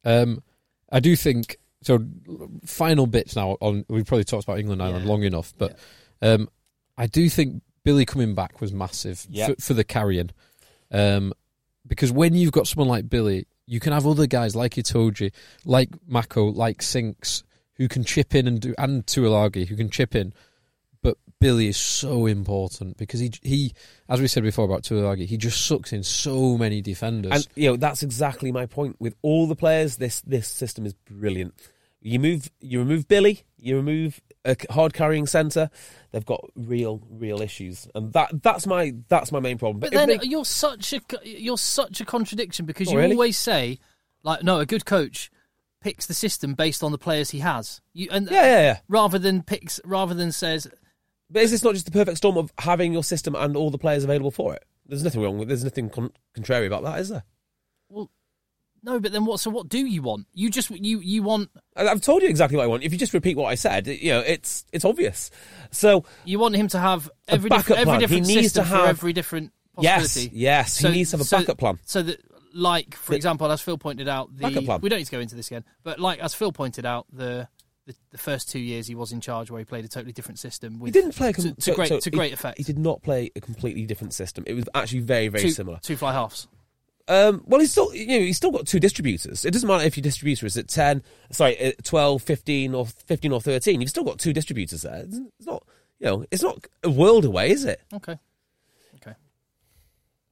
Um, I do think so. Final bits now on we've probably talked about England Ireland Yeah. long enough, but um, I do think Billy coming back was massive Yeah. for, for the carrying, um, because when you've got someone like Billy, you can have other guys like Itoji, like Mako, like Sinks, who can chip in and do, and Tuilagi, who can chip in. But Billy is so important because he he, as we said before about Tuilagi, he just sucks in so many defenders. And you know that's exactly my point. With all the players, this this system is brilliant. You move, you remove Billy, you remove a hard carrying centre. They've got real, real issues, and that that's my that's my main problem. But it then make- you're such a co- you're such a contradiction because Not you Oh, really. always say like no, a good coach picks the system based on the players he has. You and yeah, yeah, yeah. rather than picks rather than says But is this not just the perfect storm of having your system and all the players available for it? There's nothing wrong with. There's nothing con- contrary about that, is there? No, but then what? So what do you want? You just you you want I- I've told you exactly what I want. If you just repeat what I said, you know, it's it's obvious. So you want him to have A every diff- backup every plan. He different needs system to for have- every different yes, possibility. yes, he needs to have a backup plan. So that, like for The- example, as Phil pointed out, the Backup plan. we don't need to go into this again, but like as Phil pointed out, the the, the first two years he was in charge, where he played a totally different system. With, he didn't play a to, com- to great so- so to he- great Uh, effect. He did not play a completely different system. It was actually very very two, similar. Two fly halves. Um, well, he's still you know he's still got two distributors. It doesn't matter if your distributor is at ten, sorry, at 12, 15 or fifteen or thirteen. You've still got two distributors there. It's it's not you know it's not a world away, is it? Okay. Okay.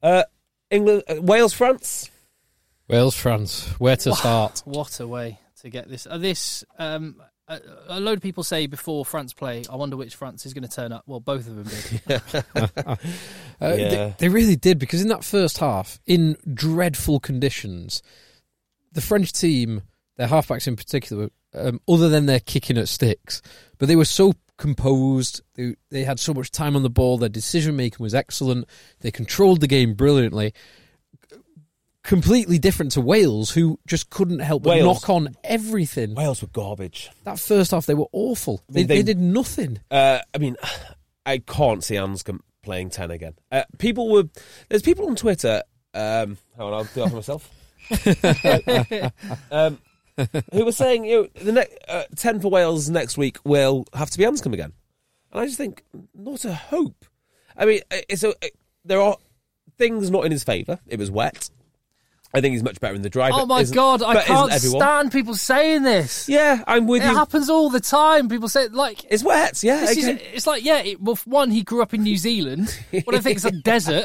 Uh, England, uh, Wales, France. Wales, France. Where to start? What a way to get this. Uh, this um, a, a load of people say before France play, I wonder which France is going to turn up. Well, both of them did. Uh, th- Yeah. they, really did because in that first half, in dreadful conditions, the French team, their halfbacks in particular, um, other than their kicking at sticks, but they were so composed. They they had so much time on the ball. Their decision making was excellent. They controlled the game brilliantly. Completely different to Wales, who just couldn't help but Wales. knock on everything. Wales were garbage. That first half, they were awful. mean, they, they- they did nothing. Uh, I mean, I can't see Anscombe playing ten again. Uh, people were there's people on Twitter. Um, hang on, I'll do that for myself. um, who were saying you know, the ne- uh, ten for Wales next week will have to be Anscombe again, and I just think not a hope. I mean, uh, it's a, there are things not in his favour. It was wet. I think he's much better in the dry. oh but my isn't- god, I but isn't can't everyone. stand people saying this. Yeah, I'm with it you. happens all the time. People say like It's wet. Yeah, This is- okay. it's like, yeah, it, well, one, he grew up in New Zealand. What I think is a desert.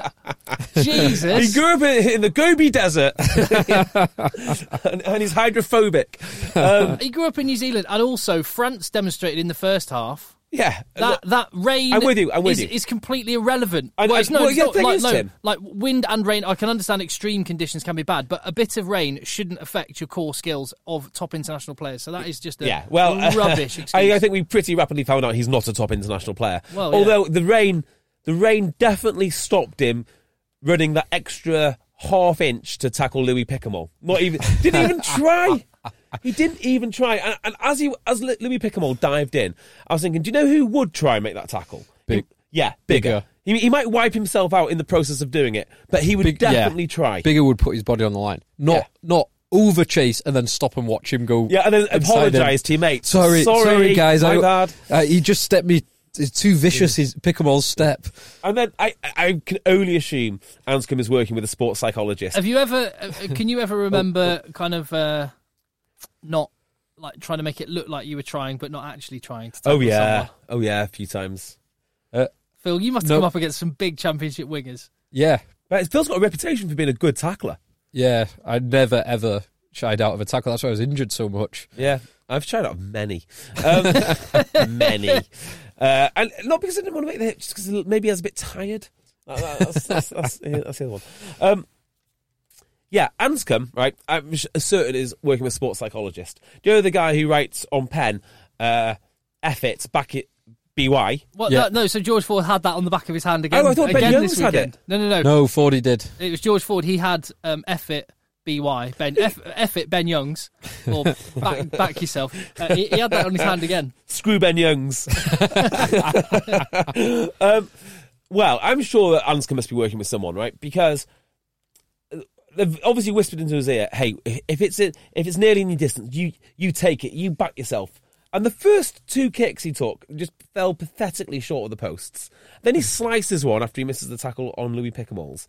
He Jesus. grew up in, in the Gobi Desert, and, and he's hydrophobic. Um, He grew up in New Zealand. And also, France demonstrated in the first half yeah, that, that rain I'm with you, I'm with is, you. is completely irrelevant. I know, Whereas, no, well, it's yeah, not, thing like, is, no, Tim- like wind and rain, I can understand extreme conditions can be bad, but a bit of rain shouldn't affect your core skills of top international players. So that is just a yeah. Well, rubbish excuse. I, I think we pretty rapidly found out he's not a top international player. Well, yeah. Although the rain, the rain definitely stopped him running that extra half inch to tackle Louis Pickamall. Not even didn't even try. He didn't even try. And, and as he as Lu- Louis Pickamall dived in, I was thinking, do you know who would try and make that tackle? Big- He- yeah, bigger. bigger. He, he might wipe himself out in the process of doing it, but he would yeah. definitely try. Bigger would put his body on the line, not Yeah. not over chase and then stop and watch him go. Yeah, and then inside him. apologise to your mate. Sorry, Sorry, sorry, guys. my I, bad. Uh, he just stepped me. It's too vicious. His pick 'em all step. And then I, I- I can only assume Anscombe is working with a sports psychologist. Have you ever? uh, Can you Oh. ever remember kind of uh, not like trying to make it look like you were trying, but not actually trying to? Oh tackle yeah, someone? oh yeah, a few times. Phil, you must have No. come up against some big championship wingers. Yeah, But Phil's got a reputation for being a good tackler. yeah. I never ever shied out of a tackle. That's why I was injured so much. Yeah, I've tried out many, um, many, uh, and not because I didn't want to make the hit, just because maybe I was a bit tired. That- that- That's, that's, that's, yeah, that's the other one. Um, yeah, Anscombe, right? I'm s- certain is working with a sports psychologist. Do you know the guy who writes on pen? Uh, F it, back it, by. What? Yeah. that- no, so George Ford had that on the back of his hand again. Oh, I thought Ben again Youngs this had weekend. it. No, no, no, No, Fordy did. It was George Ford. He had um, F it, by Ben F, F it, Ben Youngs, or back, back yourself. Uh, he, he had that on his hand again. Screw Ben Youngs. um, well, I'm sure that Anscombe must be working with someone, right? Because uh, they've obviously whispered into his ear, "Hey, if it's in, if it's nearly in your distance, you you take it, you back yourself." And the first two kicks he took just fell pathetically short of the posts. Then he slices one after he misses the tackle on Louis Pickamalls.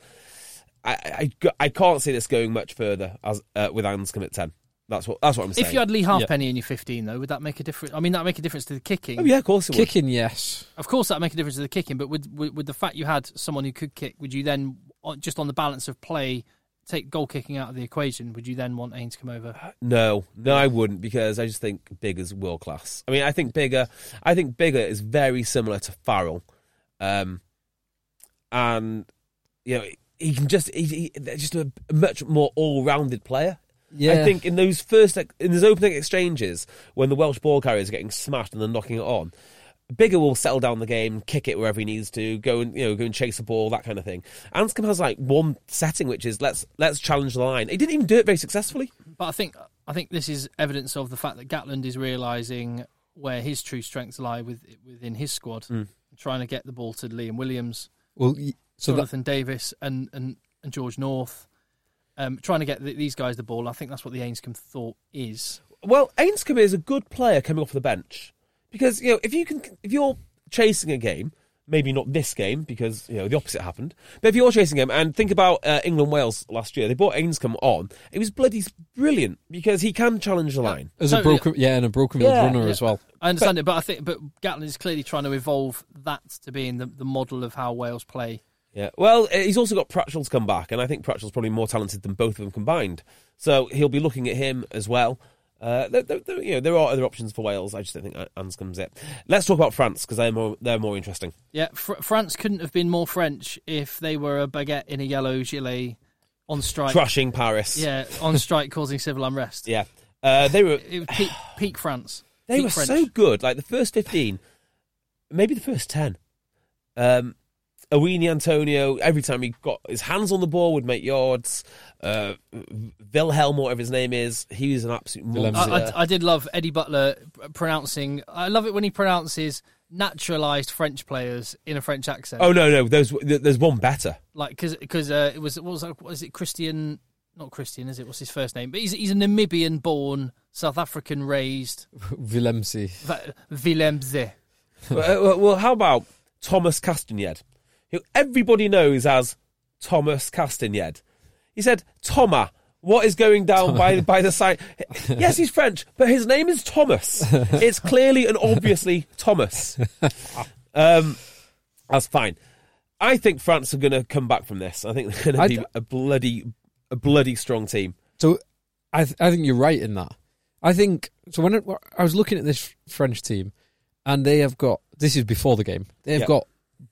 I, I, I- I can't see this going much further as uh, with Anscombe at ten. That's what that's what I'm saying. If you had Lee Halfpenny in your 15, though, would that make a difference? I mean, that make a difference to the kicking. oh yeah, of course it would. Kicking, yes. Of course, that make a difference to the kicking, but with, with with the fact you had someone who could kick, would you then, on- just on the balance of play, take goal kicking out of the equation? Would you then want Ains to come over? No, no, I wouldn't because I just think Bigger's world class. I mean, I think Bigger, I think Bigger is very similar to Farrell, um, and you know he can just he, he, they're just a much more all-rounded player. Yeah. I think in those first ex- in those opening exchanges when the Welsh ball carriers are getting smashed and they're knocking it on, Bigger will settle down the game, kick it wherever he needs to, go and you know go and chase the ball, that kind of thing. Anscombe has like one setting, which is let's let's challenge the line. He didn't even do it very successfully. But I think I think this is evidence of the fact that Gatland is realizing where his true strengths lie with, within his squad, Mm. trying to get the ball to Liam Williams, Well, y- so that, Jonathan Davis, and, and and George North, um, trying to get th these guys the ball. I think that's what the Ainscombe thought is. Well, Ainscombe is a good player coming off the bench because you know if you can if you're chasing a game, maybe not this game because you know the opposite happened. But if you're chasing him and think about uh, England Wales last year, they brought Ainscombe on. It was bloody brilliant because he can challenge the line. as a Totally. broken, yeah, and a broken field Yeah, runner yeah. as well. I understand it, but I think but Gatlin is clearly trying to evolve that to being the, the model of how Wales play. Yeah. Well, uh, he's also got Pratchell's come back, and I think Pratchell's probably more talented than both of them combined. So he'll be looking at him as well. Uh, there, there- there- you know, there are other options for Wales. I just don't think Anscombe's it. Let's talk about France because they're more they're more interesting. Yeah, fr- France couldn't have been more French if they were a baguette in a yellow gilet on strike. Crushing Paris. Yeah, on strike causing civil unrest. Yeah. Uh, they were It was peak, peak France. they peak were French. so good. Like the first fifteen, maybe the first ten. Um, Awini Antonio, every time he got his hands on the ball, would make yards. Uh, Wilhelm, whatever his name is, he was an absolute Wilhelm. monster. I, I, I did love Eddie Butler pronouncing. I love it when he pronounces naturalized French players in a French accent. oh no, no, there's there's one better. like because because uh, it was what was that, what is it Christian? Not Christian, is it? What's his first name? But he's he's a Namibian-born, South African-raised Willemse. Va- Villemze. well, uh, well, well, how about Thomas Castagned, who everybody knows as Thomas Castagned? He said, Thomas, what is going down by, by the side? Yes, he's French, but his name is Thomas. It's clearly and obviously Thomas. Um, that's fine. I think France are going to come back from this. I think they're going I to d- be a bloody, a bloody strong team. So I th- I think you're right in that. I think so when I, I was looking at this French team and they have got this is before the game. They've Yeah. got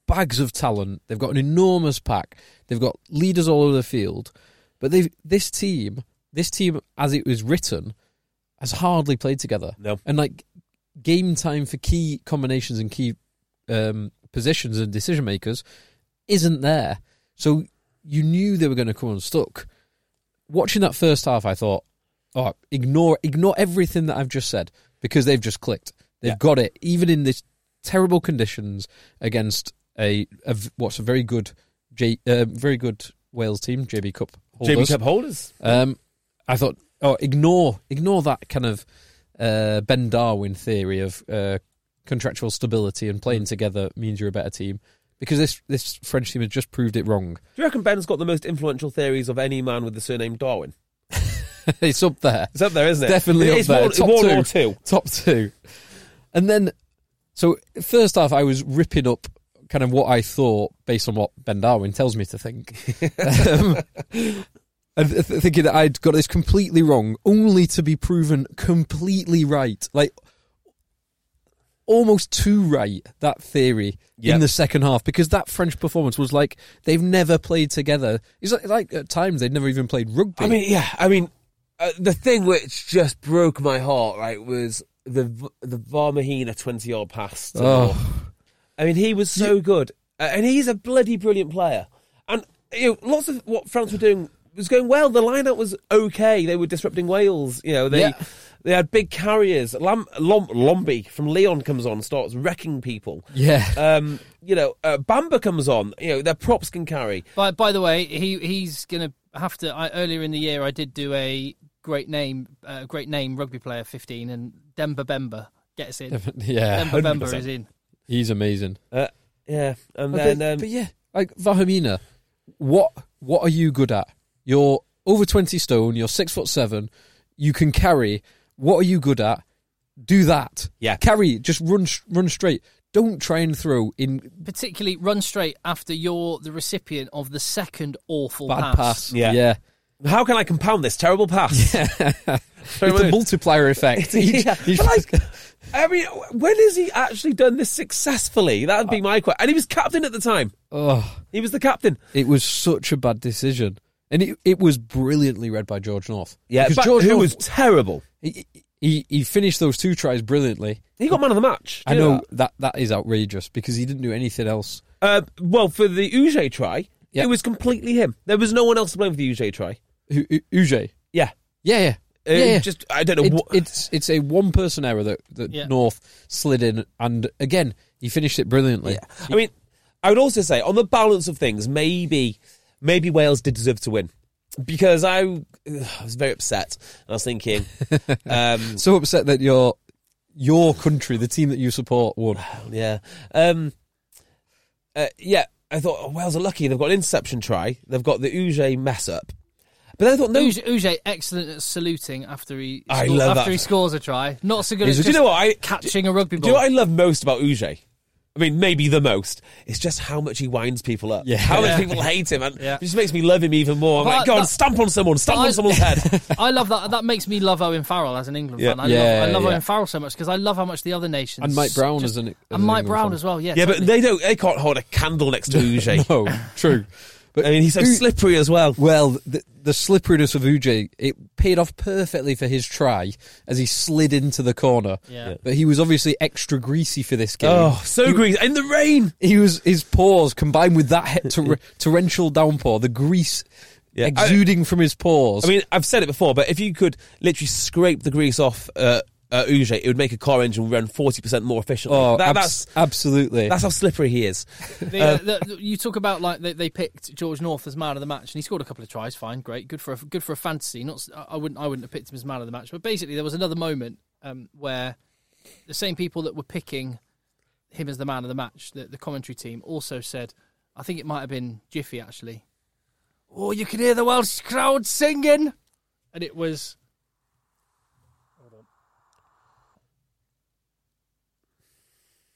bags of talent. They've got an enormous pack. They've got leaders all over the field. But they this team, this team as it was written has hardly played together. No. And like game time for key combinations and key um, positions and decision makers isn't there. So you knew they were going to come unstuck. Watching that first half, I thought, oh, ignore ignore everything that I've just said because they've just clicked. They've Yeah. got it, even in this terrible conditions against a, a v- what's a very good J, uh, very good Wales team, JB Cup holders. JB Cup holders. Um, I thought, oh, ignore ignore that kind of uh, Ben Darwin theory of uh, contractual stability and playing together means you're a better team because this this French team has just proved it wrong. Do you reckon Ben's got the most influential theories of any man with the surname Darwin? it's up there, It's up there, isn't it? definitely it's up there. One, top one two, or two. top two, and then so first half I was ripping up kind of what I thought based on what Ben Darwin tells me to think. um, and th- th- thinking that I'd got this completely wrong, only to be proven completely right. Like almost too right that theory Yep. in the second half because that French performance was like they've never played together. It's like, like at times they'd never even played rugby. I mean, yeah. I mean, uh, the thing which just broke my heart, right, was the V- the Varmahina twenty yard pass. to Moore. oh, I mean, he was so good, uh, and he's a bloody brilliant player. And you know, lots of what France were doing was going well. The lineout was okay. They were disrupting Wales. You know, they Yeah. they had big carriers. Lam, Lom, Lombi from Leon comes on, starts wrecking people. yeah. Um, you know, uh, Bamba comes on. You know, their props can carry. By by the way, he he's gonna have to. I, earlier in the year, I did do a great name, uh, great name rugby player fifteen, and Demba Bemba gets in. Yeah, Demba Bemba 100%. is in. he's amazing. Uh, yeah, and Okay, then um, but yeah, like Vahamina, what what are you good at? You're over twenty stone. You're six foot seven. You can carry. What are you good at? Do that. Yeah. carry. Just run sh- run straight. Don't try and throw in Particularly run straight after you're the recipient of the second awful bad pass. pass. Yeah. yeah. How can I compound this terrible pass? Sorry, It's a wait. multiplier effect. Each- Yeah, each- but like, I mean, when has he actually done this successfully? That would Uh, be my question. And he was captain at the time. Ugh. He was the captain. "Oh, it was such a bad decision, and it it was brilliantly read by George North. Yeah, because but George who North was terrible. He, He he finished those two tries brilliantly. He got man of the match. I Do you know that that is outrageous because he didn't do anything else. that? Uh, well, for the Uge try, Yeah. it was completely him. There was no one else to blame for the Uge try. U- U- Uge. Yeah. Yeah, yeah. Uh, yeah, yeah. Just I don't know It- what. it's it's a one person error that, that Yeah. North slid in, and again he finished it brilliantly. I mean, I would also say on the balance of things, maybe maybe Wales did deserve to win because I, I was very upset. And I was thinking, um, So upset that your your country, the team that you support, won. yeah, um, uh, yeah. I thought oh, Wales are lucky. They've got an interception try. They've got the Uge mess up. But then I thought no. Uge, Uge, excellent at saluting after he I sco- love after that. he scores a try. Not so good Do at you know what I? catching a rugby Do ball. you know what I love most about Uge? I mean, maybe the most. It's just how much he winds people up. Yeah. How much Yeah. people hate him. And Yeah. It just makes me love him even more. I'm But like, go on, that- stamp on someone, stamp but on I- someone's head. I love that. That makes me love Owen Farrell as an England Yeah. fan. I Yeah, love, I love yeah. Owen Farrell so much because I love how much the other nations And Mike Brown just- is an, as an and Mike England Brown fan. as well. Yeah, Yeah, but totally. they don't. They can't hold a candle next to Uge. No, Oh, true. But I mean, he's so Uge- slippery as well. Well, the, the slipperiness of Uji, it paid off perfectly for his try as he slid into the corner. Yeah. Yeah. But he was obviously extra greasy for this game. Oh, so greasy in the rain. He was his paws combined with that he- tor- torrential downpour, the grease Yeah. exuding from his paws. I mean, I've said it before, but if you could literally scrape the grease off uh, uh, Uge, it would make a car engine run forty percent more efficiently. oh, That- abs- that's absolutely. that's how slippery he is. They, uh, the- you talk about like they, they picked George North as man of the match, and he scored a couple of tries. Fine, great, good for a, good for a fantasy. Not s- I wouldn't I wouldn't have picked him as man of the match, but basically there was another moment um, where the same people that were picking him as the man of the match, the, the commentary team, also said, I think it might have been Jiffy actually. Oh, you can hear the Welsh crowd singing, and it was.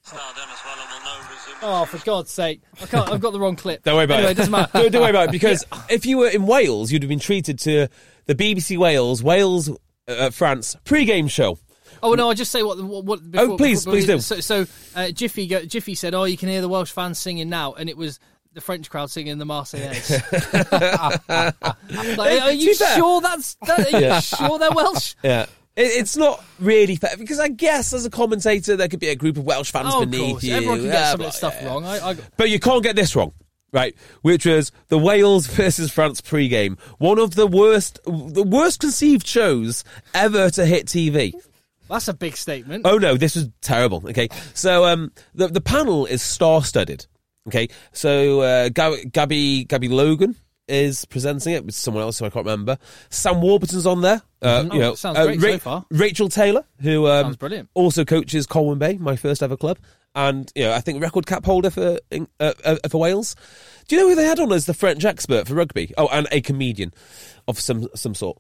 Star them as well on the no resume. Oh, for God's sake! I can't. I've got the wrong clip. Don't worry about Anyway, it. it doesn't matter. don't, don't worry about it because if you were in Wales, you'd have been treated to the BBC Wales, Wales, uh, France pre-game show. Oh no! I just say what what. what before, Oh, please, before- please do. So, so uh, Jiffy go, Jiffy said, "Oh, you can hear the Welsh fans singing now," and it was the French crowd singing the Marseillaise. Like, are To you be fair- sure that's? That, are you sure they're Welsh? Yeah. It, it's not really fair because I guess as a commentator there could be a group of Welsh fans Oh, of beneath course. you. Everyone can get blah, some of blah, that stuff yeah. wrong. I, I, But you can't get this wrong, right? Which was the Wales versus France pre-game, one of the worst, the worst conceived shows ever to hit TV. that's a big statement. Oh no, this was terrible. Okay, so um, the the panel is star-studded. Okay, so uh, Ga- Gabby Gabby Logan is presenting it with someone else who I can't remember. Sam Warburton's on there. Uh, you Oh, know, sounds uh, great so far. Rachel Taylor, who um, Sounds brilliant. also coaches Colwyn Bay, my first ever club, and you know I think record cap holder for Eng- uh, uh, for Wales. Do you know who they had on as the French expert for rugby? Oh, and a comedian of some some sort.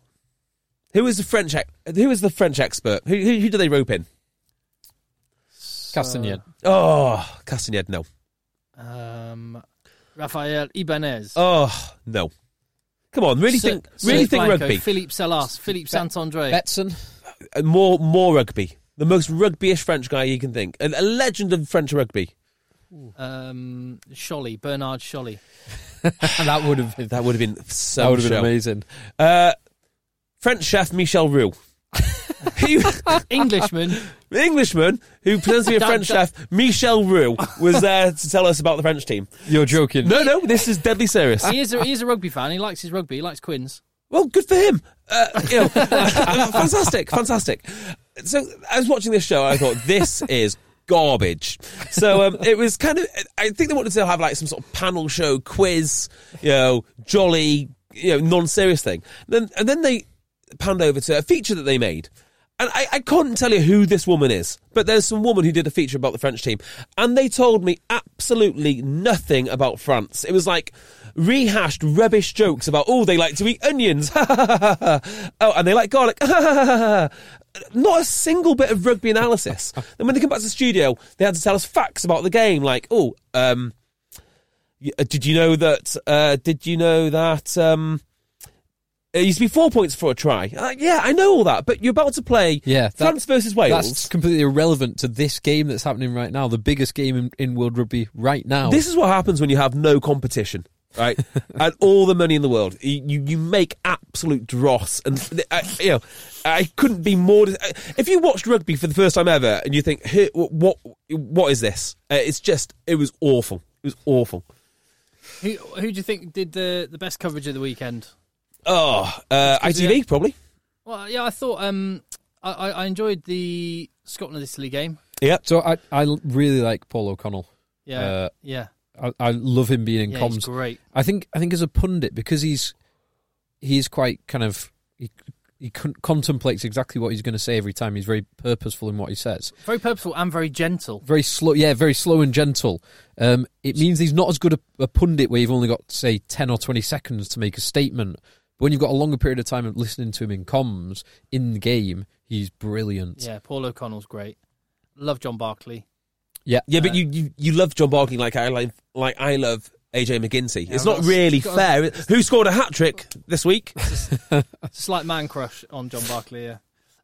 Who is the French? ex- Who is the French expert? Who who, who do they rope in? uh, Castagnan. Oh, Castagnette, no. Um, Rafael Ibanez. Oh, no. Come on, really Ser- think, Serge really think Blanco, rugby. Philippe Salas, Philippe Saint Andre. Betson. Uh, More, more rugby. The most rugbyish French guy you can think. A, a legend of French rugby. um, Scholly, Bernard Scholly. that would have been That would have been so. that would have been amazing. Uh, French chef Michel Roux. he, Englishman. the Englishman who pretends to be a Dun, French dun. chef, Michel Roux, was there to tell us about the French team. You're joking. No, no, this is deadly serious. he is a, he is a rugby fan. He likes his rugby. He likes Quins. Well, good for him. Uh, you know, fantastic, fantastic. So I was watching this show and I thought this is garbage. So um, it was kind of. I think they wanted to have like some sort of panel show, quiz, you know, jolly, you know, non-serious thing. Then and then they panned over to a feature that they made. And I, I couldn't tell you who this woman is, but there's some woman who did a feature about the French team, and they told me absolutely nothing about France. It was like rehashed rubbish jokes about, oh, they like to eat onions, oh, and they like garlic. Not a single bit of rugby analysis. then when they come back to the studio, they had to tell us facts about the game, like, oh, um, y- uh, did you know that? Uh, did you know that? Um, it used to be four points for a try. Uh, yeah, I know all that, but you're about to play Yeah, that- France versus Wales. That's completely irrelevant to this game that's happening right now, the biggest game in, in world rugby right now. This is what happens when you have no competition. right? and all the money in the world. You you, you make absolute dross, and I, you know I couldn't be more. dis- uh, If you watched rugby for the first time ever, and you think, "Hey, wh- what what is this? Uh, it's just it was awful. It was awful. Who, who do you think did the, the best coverage of the weekend? Oh, uh, ITV probably. Well, yeah, I thought um, I, I I enjoyed the Scotland Italy game. Yep. So I, I really like Paul O'Connell. Yeah, Uh, yeah, I, I love him being in yeah, he's comms. great. I think I think as a pundit because he's he's quite kind of he he con- contemplates exactly what he's going to say every time. He's very purposeful in what he says. Very purposeful and very gentle. Very slow, yeah, very slow and gentle. Um, it means he's not as good a, a pundit where you've only got say ten or twenty seconds to make a statement. But when you've got a longer period of time of listening to him in comms in the game, he's brilliant. Yeah, Paul O'Connell's great. Love John Barkley. Yeah, Uh, but you, you you love John Barkley like I like, like I love AJ McGinty. It's not that's- really got- fair. Who scored a hat trick this week? It's a slight man crush on John Barkley. Yeah.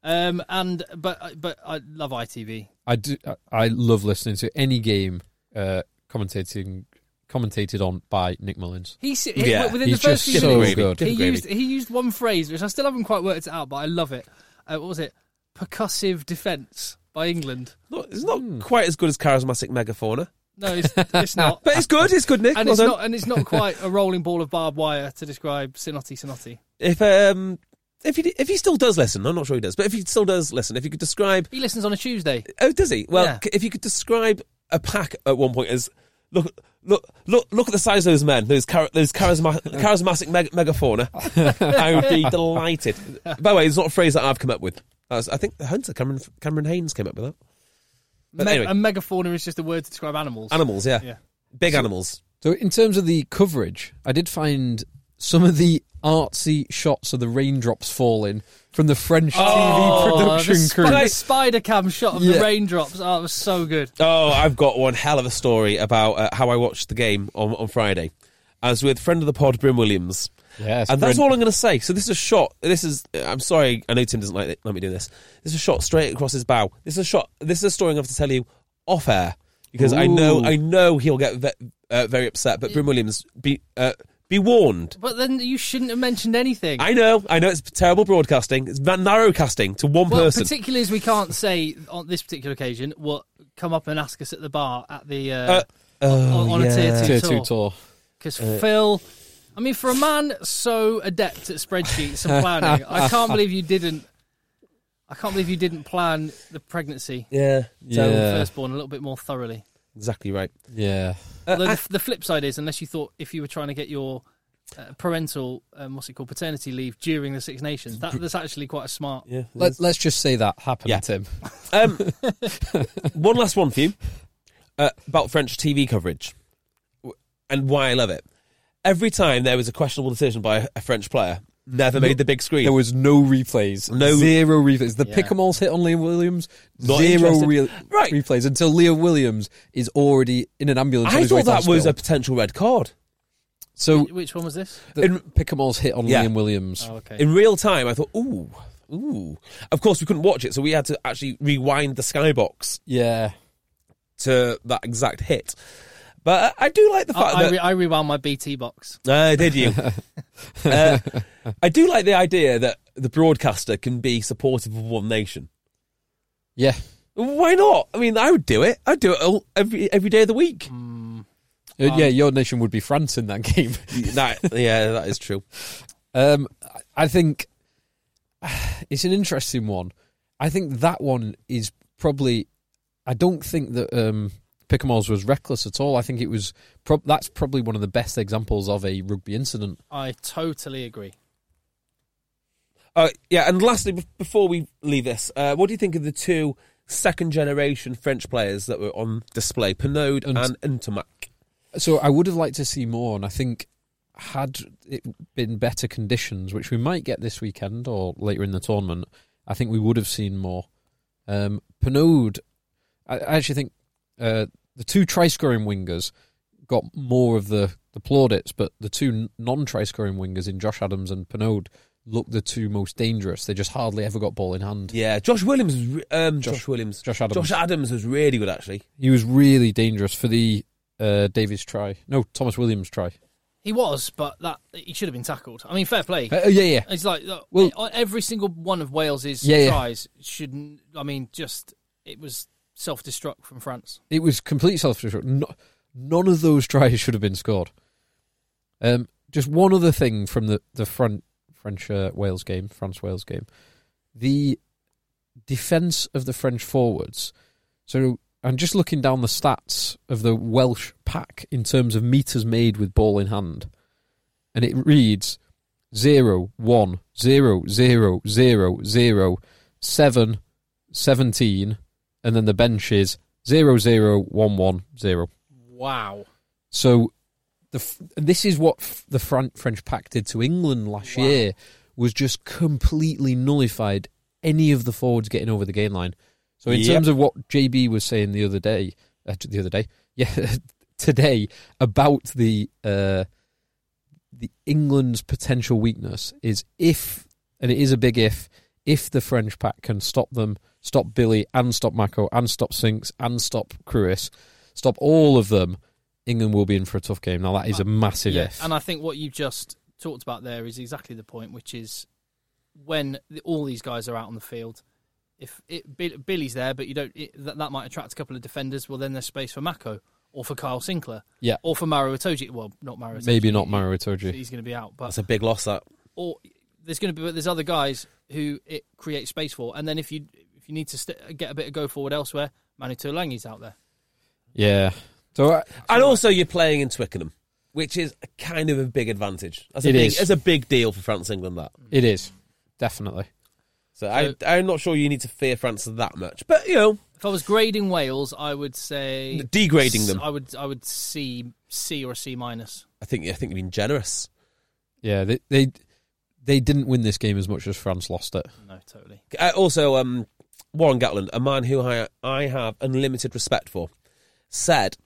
Um, and but but I love ITV. I do. I- I love listening to any game uh, commentating commentated on by Nick Mullins. He, s- he- Yeah, within he's the first just few so minutes, good. Different he gravy. used he used one phrase which I still haven't quite worked it out, but I love it. Uh, what was it? Percussive defence by England. Not- it's not Hmm. quite as good as charismatic megafauna, No, it's, it's not. but it's good. It's good, Nick. and Well it's done. not and it's not quite a rolling ball of barbed wire to describe Sinotti Sinotti. if um if he if he still does listen, I'm not sure he does, but if he still does listen, if you could describe He listens on a Tuesday. oh does he? Well, Yeah. c- if you could describe a pack at one point as look look look look at the size of those men, those char- those charisma- charismatic meg- megafauna, I would be delighted. By the way, it's not a phrase that I've come up with. That was- I think the hunter Cameron Cameron Haynes came up with that. But Me- anyway. And megafauna is just a word to describe animals. Animals, yeah, Yeah. big animals. So in terms of the coverage, I did find some of the artsy shots of the raindrops falling from the French TV Oh, production the crew. spi- the spider cam shot of the Yeah. raindrops. Oh, it was so good. Oh, I've got one hell of a story about uh, how I watched the game on, on Friday. I was with friend of the pod, Brim Williams. Yes, and that's Brim. all I'm going to say. So this is a shot. This is. I'm sorry. I know Tim doesn't like it, let me do this. This is a shot straight across his bow. This is a shot. This is a story I'm going to have to tell you off air because I know Ooh. I know he'll get ve- uh, very upset. But Brim Williams, be uh, be warned. But then you shouldn't have mentioned anything. I know. I know it's terrible broadcasting. It's that narrow casting to one well, person. particularly as we can't say on this particular occasion what come up and ask us at the bar at the uh, Uh, on, on a tier two Tier tour. two tour. because Phil. I mean, for a man so adept at spreadsheets and planning, I can't believe you didn't. I can't believe you didn't plan the pregnancy yeah. of the Yeah. firstborn a little bit more thoroughly. Exactly right. Yeah. Uh, Although the, the flip side is, unless you thought if you were trying to get your uh, parental, um, what's it called, paternity leave during the Six Nations, that, that's actually quite a smart. Yeah. Let, let's just say that happened, Yeah. Tim. Um, one last one for you uh, about French TV coverage w- and why I love it. Every time there was a questionable decision by a- a French player, never made the big screen. There was no replays. No- Zero replays. The Yeah. pick 'em alls hit on Liam Williams. Not zero interested. re- Right. replays until Liam Williams is already in an ambulance. on I his way thought to that was hospital. a potential red card. So Which one was this? the pick 'em alls hit on Yeah. Liam Williams. Oh, okay. In real time, I thought, ooh, ooh. Of course, we couldn't watch it, so we had to actually rewind the skybox Yeah. to that exact hit. But uh, I I do like the I, fact I, that re- I rewound my BT box. Uh, did you? uh, I do like the idea that the broadcaster can be supportive of one nation. Yeah. Why not? I mean, I would do it. I'd do it all, every every day of the week. Uh, yeah, your nation would be France in that game. That- yeah, that is true. Um, I- I think it's an interesting one. I think that one is probably. I don't think that um, Pickamalls was reckless at all. I think it was. Prob- that's probably one of the best examples of a rugby incident. I totally agree. Uh, yeah, and lastly, be- before we leave this, uh, what do you think of the two second generation French players that were on display, Pinode Unt- and Intermac? So I would have liked to see more, and I think had it been better conditions, which we might get this weekend or later in the tournament, I think we would have seen more. Um, Pinode, I, I actually think uh, the two try-scoring wingers got more of the, the plaudits, but the two n- non-try-scoring wingers in Josh Adams and Pinode looked the two most dangerous. They just hardly ever got ball in hand. Yeah, Josh Williams. was re- Um, Josh, Josh- Williams. Josh Adams. Josh Adams was really good, actually. He was really dangerous for the uh, Davis try. No, Thomas Williams try. He was, but that he should have been tackled. I mean, fair play. Uh, yeah, yeah. It's like look, Well- e- every single one of Wales's Yeah, yeah. tries shouldn't. I mean, just it was self-destruct from France. It was complete self destruct. No, none of those tries should have been scored. Um, just one other thing from the the front French uh, Wales game, France Wales game, the defense of the French forwards. So I'm just looking down the stats of the Welsh pack in terms of meters made with ball in hand, and it reads zero, one, zero, zero, zero, zero, seven, seventeen, and then the bench is zero zero one one zero. Wow. So the f- this is what f- the Fran- French pack did to England last Wow. year was just completely nullified any of the forwards getting over the gain line. So in Yep. terms of what JB was saying the other day, uh, the other day, yeah, today about the uh, the England's potential weakness is if, and it is a big if, if the French pack can stop them, stop Billy and stop Mako and stop Sinks and stop Cruis, stop all of them, England will be in for a tough game. Now that is a massive Yeah, if. and I think what you just talked about there is exactly the point, which is when the, all these guys are out on the field. If it, Bi- Billy's there, but you don't, it, that, that might attract a couple of defenders. Well, then there's space for Mako or for Kyle Sinclair, Yeah. or for Mario Itoje. Well, not Mario. Itoje. Maybe not He- Mario He's going to be out, but That's a big loss. That or there's going to be there's other guys who it creates space for, and then if you if you need to st- get a bit of go forward elsewhere, Manu Tulangi's out there. Yeah. So uh, I, and also you're playing in Twickenham, which is a kind of a big advantage. That's a It big, is. It's a big deal for France England that. it is definitely. So I, I'm not sure you need to fear France that much, but you know, If I was grading Wales, I would say degrading them. I would I would C C or C minus. I think I think you've been generous. Yeah. They they they didn't win this game as much as France lost it. No, totally. Uh, also, um, Warren Gatland, a man who I, I have unlimited respect for, said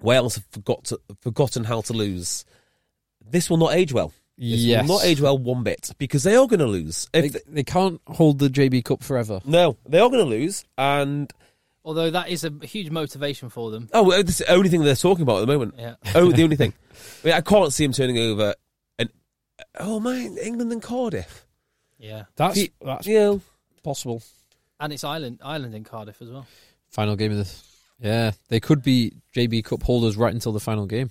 Wales have forgot to, forgotten how to lose. This will not age well. This Yes. will not age well one bit because they are going to lose. They, If they- they can't hold the JB Cup forever. no, they are going to lose, and Although that is a huge motivation for them. oh, well, this is the only thing they're talking about at the moment. Yeah. Oh, the only thing. I, mean, I can't see him turning over. And oh man, England and Cardiff. Yeah, That's See- that's You know, possible. and it's Ireland, Ireland in Cardiff as well. Final game of this. Yeah, they could be JB Cup holders right until the final game.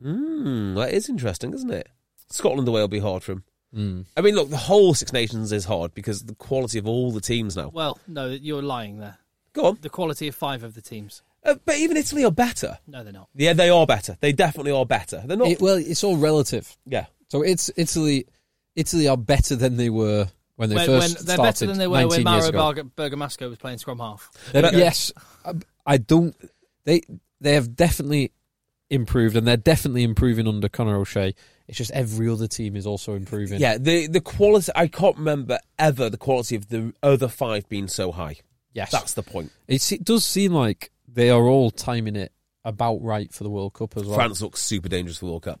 mm, that is interesting, isn't it? Scotland away will be hard for him. Mm. I mean, look, the whole Six Nations is hard because the quality of all the teams now. Well, no, you're lying there. Go on. The quality of five of the teams. Uh, but even Italy are better. No, they're not. Yeah, they are better. They definitely are better. They're not. It, well, it's all relative. yeah. So it's Italy. Italy are better than they were when they When, when first they're started. better than they were when 19 years Mario ago. Berg- Bergamasco was playing scrum half. They're- But- yes, I, I don't. They they have definitely improved, and they're definitely improving under Conor O'Shea. It's just every other team is also improving. Yeah, the, the quality. I can't remember ever the quality of the other five being so high. yes, That's the point. it, se- does seem like they are all timing it about right for the World Cup as well. France looks super dangerous for the World Cup.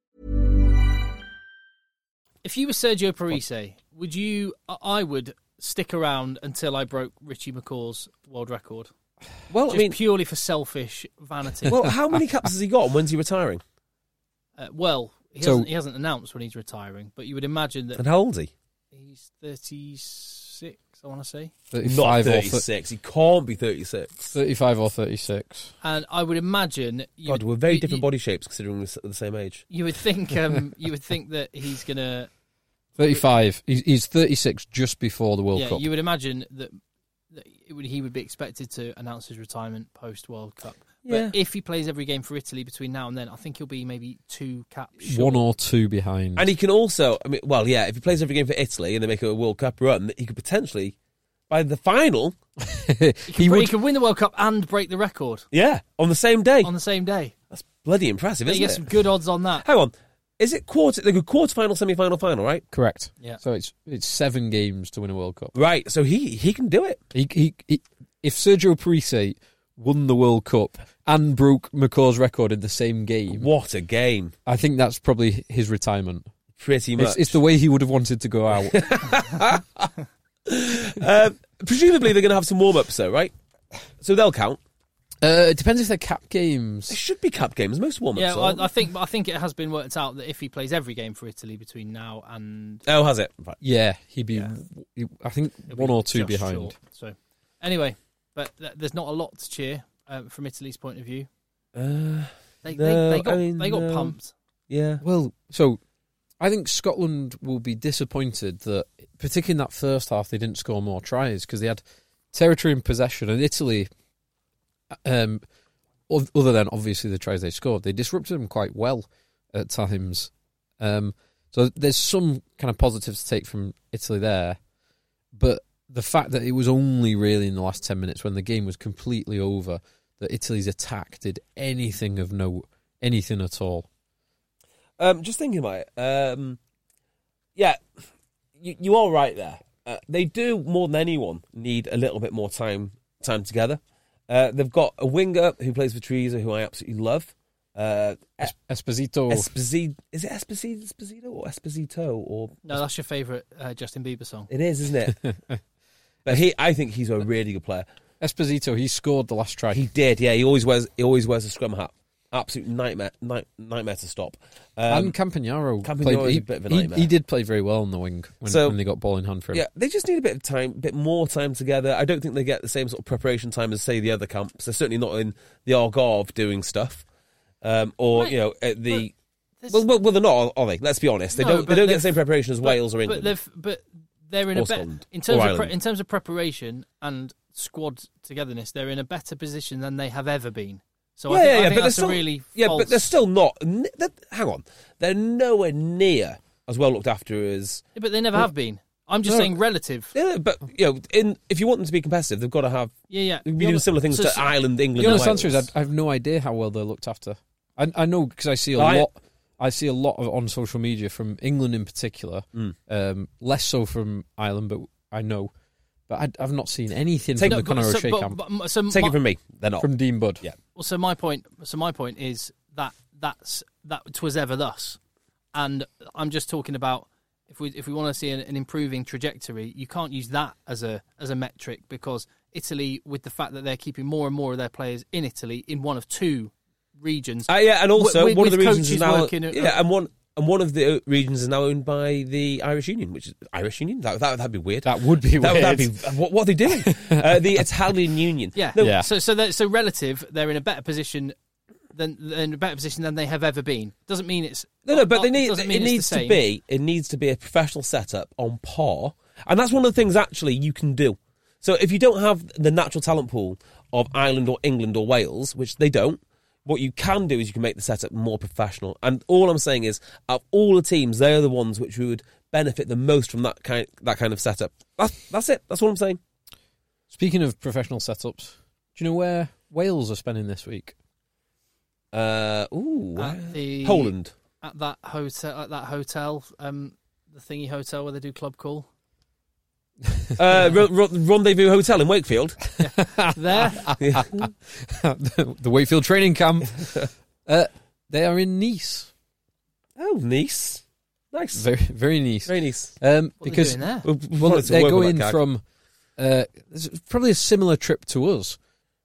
If you were Sergio Parise, would you? I- I would stick around until I broke Richie McCaw's world record, Well, just I mean, purely for selfish vanity. well, how many caps has he got? And when's he retiring? uh, well, he, So- hasn't, he hasn't announced when he's retiring, but you would imagine that And how old is he? he's thirty-six. I want to see. 35 Not or thir- 36. He can't be 36. 35 or 36. And I would imagine you God, would- we're very you- different you- body shapes considering we're s- the same age. You would think um, you would think that he's gonna 35. He's, he's 36 just before the World yeah, Cup. you would imagine that, that it would, he would be expected to announce his retirement post World Cup. Yeah. But if he plays every game for Italy between now and then, I think he'll be maybe two caps. short. One or two behind. And he can also, I mean, well, yeah, if he plays every game for Italy and they make a World Cup run, he could potentially, by the final, He, he could, he would. could win the World Cup and break the record yeah, on the same day. on the same day. That's bloody impressive, They isn't get it? some good odds on that. Hang on. Is it quarter? They go quarterfinal, semi final, final, right? Correct. Yeah. So it's it's seven games to win a World Cup. Right. So he he can do it. He, he, he, if Sergio Parisi won the World Cup and broke McCaw's record in the same game, What a game. I think that's probably his retirement. Pretty much. It's, it's the way he would have wanted to go out. Um, presumably, they're going to have some warm ups, though, right? So they'll count. uh, it depends if they're cap They games. should be cup games. Most warm ups. Yeah, well, I, I think I think it has been worked out that if he plays every game for Italy between now and oh, has it? Right. Yeah, he'd be. he- I think it'll one be or two just behind. short. So anyway, but th- there's not a lot to cheer um, from Italy's point of view. Uh, They, No, I they, they got mean, they got no. pumped. yeah. Well, so I think Scotland will be disappointed that, particularly in that first half, they didn't score more tries because they had territory and possession, and Italy, um, oth- other than obviously the tries they scored, they disrupted them quite well at times. Um, so there's some kind of positives to take from Italy there, but the fact that it was only really in the last ten minutes when the game was completely over that Italy's attack did anything of note, anything at all. Um, just thinking about it. Um, yeah, you, you are right there. Uh, they do more than anyone need a little bit more time time together. Uh, they've got a winger who plays for Teresa, who I absolutely love. Uh, Es- Esposito. Esposito. Is it Esposito, Esposito or Esposito? Or No, that's your favourite uh, Justin Bieber song. it is, isn't it? but he, I think he's a really good player. Esposito, he scored the last try. He did, yeah. He always wears he always wears a scrum hat. Absolute nightmare, night, nightmare to stop. Um, and Campagnaro, Campagnaro played, is he, a bit of a he- nightmare. he did play very well on the wing when, So- when they got ball in hand for him. Yeah, they just need a bit of time, bit more time together. I don't think they get the same sort of preparation time as say the other camps. They're certainly not in the Algarve doing stuff, um, or Right, you know at the. There's- Well, well, well, they're not, are they? Let's be honest. They No, don't. They but don't get they've- the same preparation as but- Wales or But England. they've but they're in Or a better Scotland. in terms Or of pre- Ireland. in terms of preparation and squad togetherness. They're in a better position than they have ever been. So I think, I think they're that's still, a really yeah, false... but they're still not. n- They're, hang on, they're nowhere near as well looked after as. Yeah, but they never have been. I'm just No. saying relative. Yeah, but you know, in, if you want them to be competitive, they've got to have Yeah, yeah. they've been The doing other- similar things so- to so- Ireland, England. The and honest answer is Wales. I, I have no idea how well they're looked after. I, I know because I see a I- lot. I see a lot of, on social media from England in particular, um, less so from Ireland, but I know. But I, I've not seen anything Take- No, from the Conor but- so- O'Shea but- camp but- so Take my- it from me, they're not. from Dean Budd. Yeah. Well, so my point, so my point is that that's that twas ever thus, and I'm just talking about if we if we want to see an, an improving trajectory, you can't use that as a as a metric because Italy, with the fact that they're keeping more and more of their players in Italy in one of two regions, Uh, yeah, and also With- one of the with reasons is coaches now working at- uh, yeah, and one and one of the regions is now owned by the Irish Union, which is Irish Union. That that that'd be weird. That would be that, weird. that'd be what, what are they doing? uh, the Italian Union. yeah, No, Yeah. So so they're, so relative, they're in a better position than they're in a better position than they have ever been. Doesn't mean it's No, no, but they it need, doesn't it mean it's the needs to same. be it needs to be a professional setup on par, and that's one of the things actually you can do. So if you don't have the natural talent pool of Ireland or England or Wales, which they don't, what you can do is you can make the setup more professional. And all I'm saying is, of all the teams, they are the ones which would benefit the most from that kind that kind of setup. That's that's it. That's all I'm saying. Speaking of professional setups, do you know where Wales are spending this week? Uh, ooh, At the- Poland. at that hotel at that hotel, um, the thingy hotel where they do club call. Uh, Ro- Ro- Rendezvous Hotel in Wakefield. There, the, the Wakefield training camp. uh, they are in Nice. Oh, Nice, nice, Very, very Nice. very nice. Um, what because are they doing there? Well, well, they're going from uh, it's probably a similar trip to us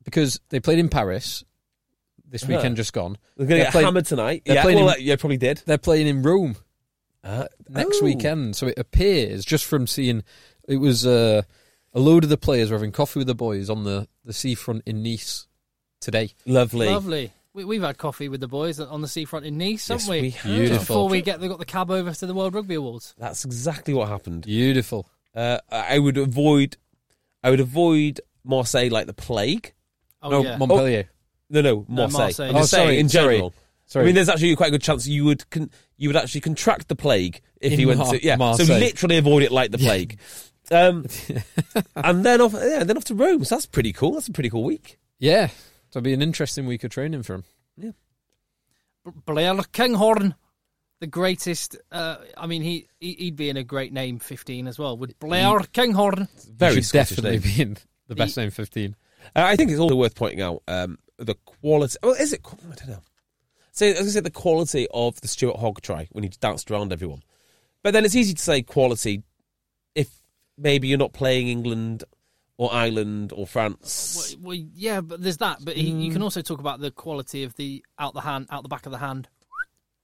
because they played in Paris this Uh-huh. weekend just gone. They're going to They're get playing- hammered tonight. they're Yeah, playing well, in- uh, yeah, probably did. They're playing in Rome Uh, next oh. weekend, so it appears just from seeing it was uh, a load of the players were having coffee with the boys on the, the seafront in Nice today. Lovely. Lovely. We, we've had coffee with the boys on the seafront in Nice, haven't Yes, we? we have. Beautiful. Before we get they got the cab over to the World Rugby Awards. That's exactly what happened. Beautiful. Uh, I would avoid, I would avoid Marseille like the plague. Oh no, yeah. Montpellier. No, no, Marseille. Marseille. I'm just Oh, sorry, saying in sorry. general. Sorry. I mean, there's actually quite a good chance you would con- you would actually contract the plague if In you went Mar- to yeah. So Marseille. literally avoid it like the plague. Um, and then off, yeah, then off to Rome. So that's pretty cool. That's a pretty cool week. yeah. That'll be an interesting week of training for him. Blair Kinghorn, the greatest. Uh, I mean, he he- he'd be in a great name fifteen as well. Would Blair Kinghorn? It's very He should Scottish eh? definitely name. be in the best name 15. Uh, I think it's also worth pointing out um, the quality. Well, is it? qu- I don't know. So I was going to say the quality of the Stuart Hogg try when he danced around everyone, but then it's easy to say quality if maybe you're not playing England or Ireland or France. Well, well, yeah, but there's that. But he, you can also talk about the quality of the out the hand, out the back of the hand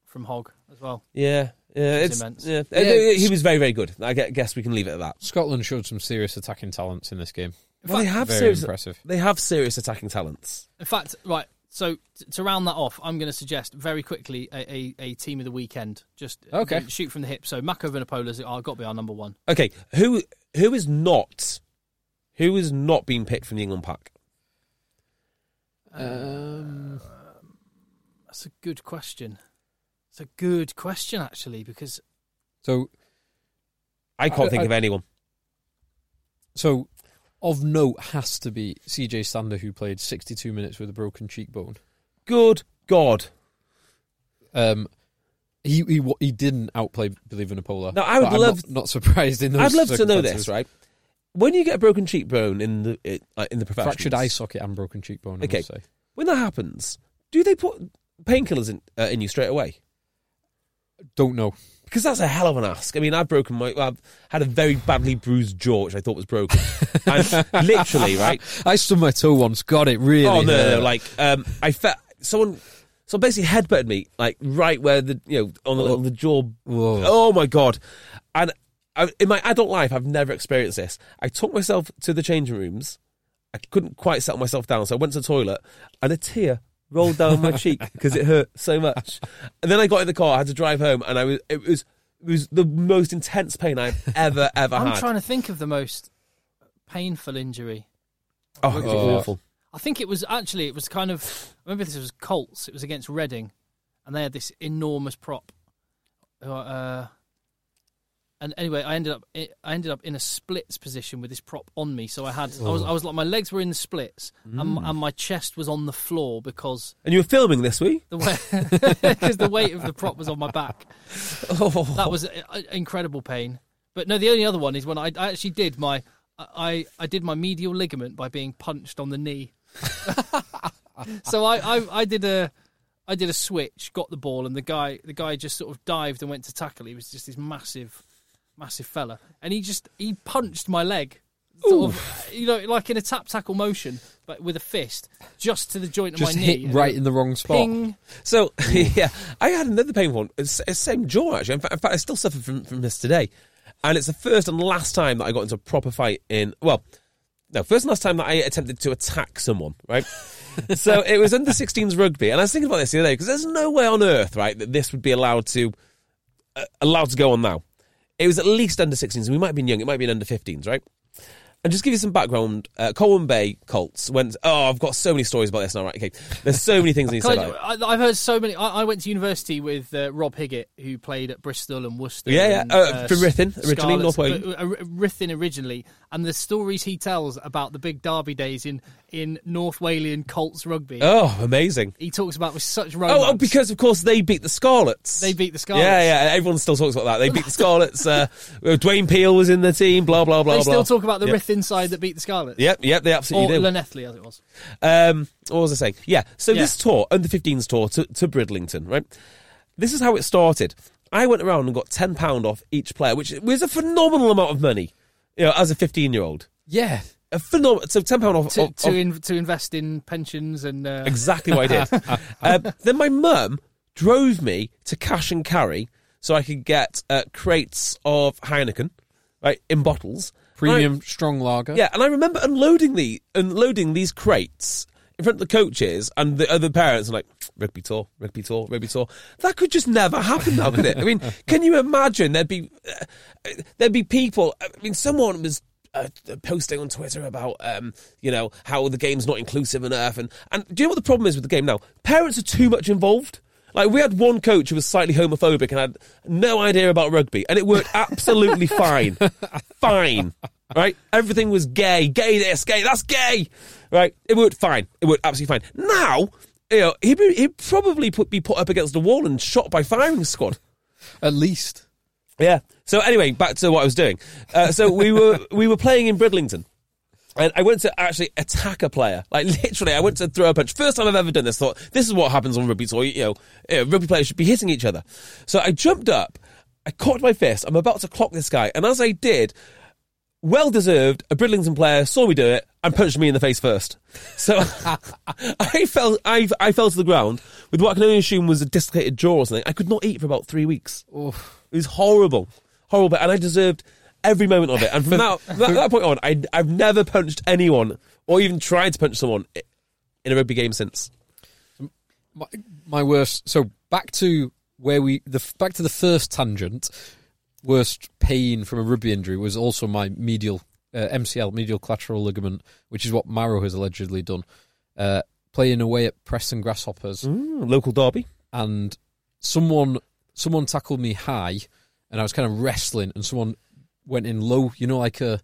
from Hog as well. Yeah, yeah, It's it's, immense. yeah. Yeah, Uh, it's- He was very, very good. I gue- guess we can leave it at that. Scotland showed some serious attacking talents in this game. Well, they have Very serious. impressive. They have serious attacking talents. In fact, right. So t- to round that off, I'm going to suggest very quickly a, a, a team of the weekend. Just uh, Okay. shoot from the hip. So Mako Vinopola's oh, got to be our number one. Okay, who who is not who is not being picked from the England pack? Um, That's a good question. It's a good question actually because so, I can't I- think I- of anyone. so of note has to be CJ Stander, who played 62 minutes with a broken cheekbone. Good God! Um, he he wa- he didn't outplay Billy Vanapola. Now, I would but I'm love- not, not surprised in I'd those. love to know circumstances. this, right? When you get a broken cheekbone in the it, uh, in the profession, Fractured eye socket and broken cheekbone. I Okay. must say. When that happens, do they put painkillers in uh, in you straight away? Don't know. Because that's a hell of an ask. I mean, I've broken my, I've had a very badly bruised jaw, which I thought was broken, and literally, right? I stubbed my toe once. God, it really. Oh no, no, hurt. no, like um, I felt someone, so basically headbutted me, like right where the you know on the, on the jaw. Whoa. Oh my god! And I, in my adult life, I've never experienced this. I took myself to the changing rooms. I couldn't quite settle myself down, so I went to the toilet, and a tear rolled down my cheek because it hurt so much. And then I got in the car. I had to drive home, and I was it was. It was the most intense pain I've ever, ever I'm had. trying to think of the most painful injury. oh, it was Oh. awful. I think it was actually it was kind of I remember this was Colts. It was against Reading, and they had this enormous prop. Uh, Uh, and anyway, I ended up I ended up in a splits position with this prop on me. So I had I was I was like my legs were in the splits and, and my chest was on the floor because And you were filming this week? the weight because the weight of the prop was on my back. Oh. That was uh, incredible pain. But no, the only other one is when I, I actually did my I I did my medial ligament by being punched on the knee. so I, I I did a I did a switch, got the ball, and the guy the guy just sort of dived and went to tackle. He was just this massive, massive fella, and he just he punched my leg. Sort of, you know, like in a tap tackle motion, but with a fist, just to the joint Just of my knee. hit and right in the wrong spot. Ping. So yeah, I had another painful one. It's, it's same jaw actually. In fact, in fact, I still suffer from, from this today, and it's the first and last time that I got into a proper fight in. Well, no, first and last time that I attempted to attack someone. Right. so it was under 16s rugby, and I was thinking about this the other day because there's no way on earth, right, that this would be allowed to uh, allowed to go on now. It was at least under 16s. We might have been young. It might have been under 15s, right? And just give you some background, uh, Colwyn Bay Colts went. Oh, I've got so many stories about this now. Right, okay. There's so many things I need to say. Can About it. I, I, have heard so many. I, I went to university with uh, Rob Higgett, who played at Bristol and Worcester. Yeah, yeah, and, uh, from Rhythin, originally, Scarlets, North Wales. but, uh, Rhythin originally, and the stories he tells about the big derby days in in North Walian Colts rugby. Oh, amazing. He talks about with such Oh, romance. oh, because of course they beat the Scarlets. They beat the Scarlets. Yeah, yeah. Everyone still talks about that. They beat the Scarlets. Uh, well, Dwayne Peel was in the team. Blah blah blah. they blah. still talk about the yep. Rhythin side that beat the Scarlets. Yep, yep. They Or absolutely do. Llanelli, as it was. Um, what was I saying? Yeah. So Yeah. this tour, under 15s tour to, to Bridlington, right? This is how it started. I went around and got ten pound off each player, which was a phenomenal amount of money. You know, as a 15 year old, Yeah. a phenomenal. So ten pound off, To, off, to, off- in, to invest in pensions and uh, Exactly what I did. um, then my mum drove me to Cash and Carry so I could get uh, crates of Heineken, right, in bottles. Premium strong lager. Yeah, and I remember unloading the unloading these crates in front of the coaches and the other parents and like rugby tour, rugby tour, rugby tour. That could just never happen now, could it? I mean, can you imagine there'd be uh, uh, there'd be people? I mean, someone was. Uh, posting on Twitter about um, you know how the game's not inclusive enough, and and do you know what the problem is with the game now? Parents are too much involved. Like we had one coach who was slightly homophobic and had no idea about rugby, and it worked absolutely fine, fine. Right, everything was gay, gay this, gay that's gay. Right, it worked fine. It worked absolutely fine. Now, you know, he'd, be, he'd probably put, be put up against the wall and shot by firing squad. At least. Yeah. So anyway, back to what I was doing. Uh, so we were we were playing in Bridlington. And I went to actually attack a player. Like literally, I went to throw a punch. First time I've ever done this. Thought this is what happens on rugby tour. You know, uh, rugby players should be hitting each other. So I jumped up, I cocked my fist. I'm about to clock this guy, and as I did, well deserved, a Bridlington player saw me do it and punched me in the face first. So I fell, I, I fell to the ground with what I can only assume was a dislocated jaw or something. I could not eat for about three weeks. It was horrible, horrible, and I deserved every moment of it. And from that, from that, that point on, I, I've never punched anyone or even tried to punch someone i- in a rugby game since. my, my worst. So back to where we the f- back to the first tangent. Worst pain from a rugby injury was also my medial uh, MCL medial collateral ligament, which is what Marrow has allegedly done. Uh, playing away at Preston Grasshoppers, Mm, local derby. and someone someone tackled me high, and I was kind of wrestling, and someone went in low. You know, like a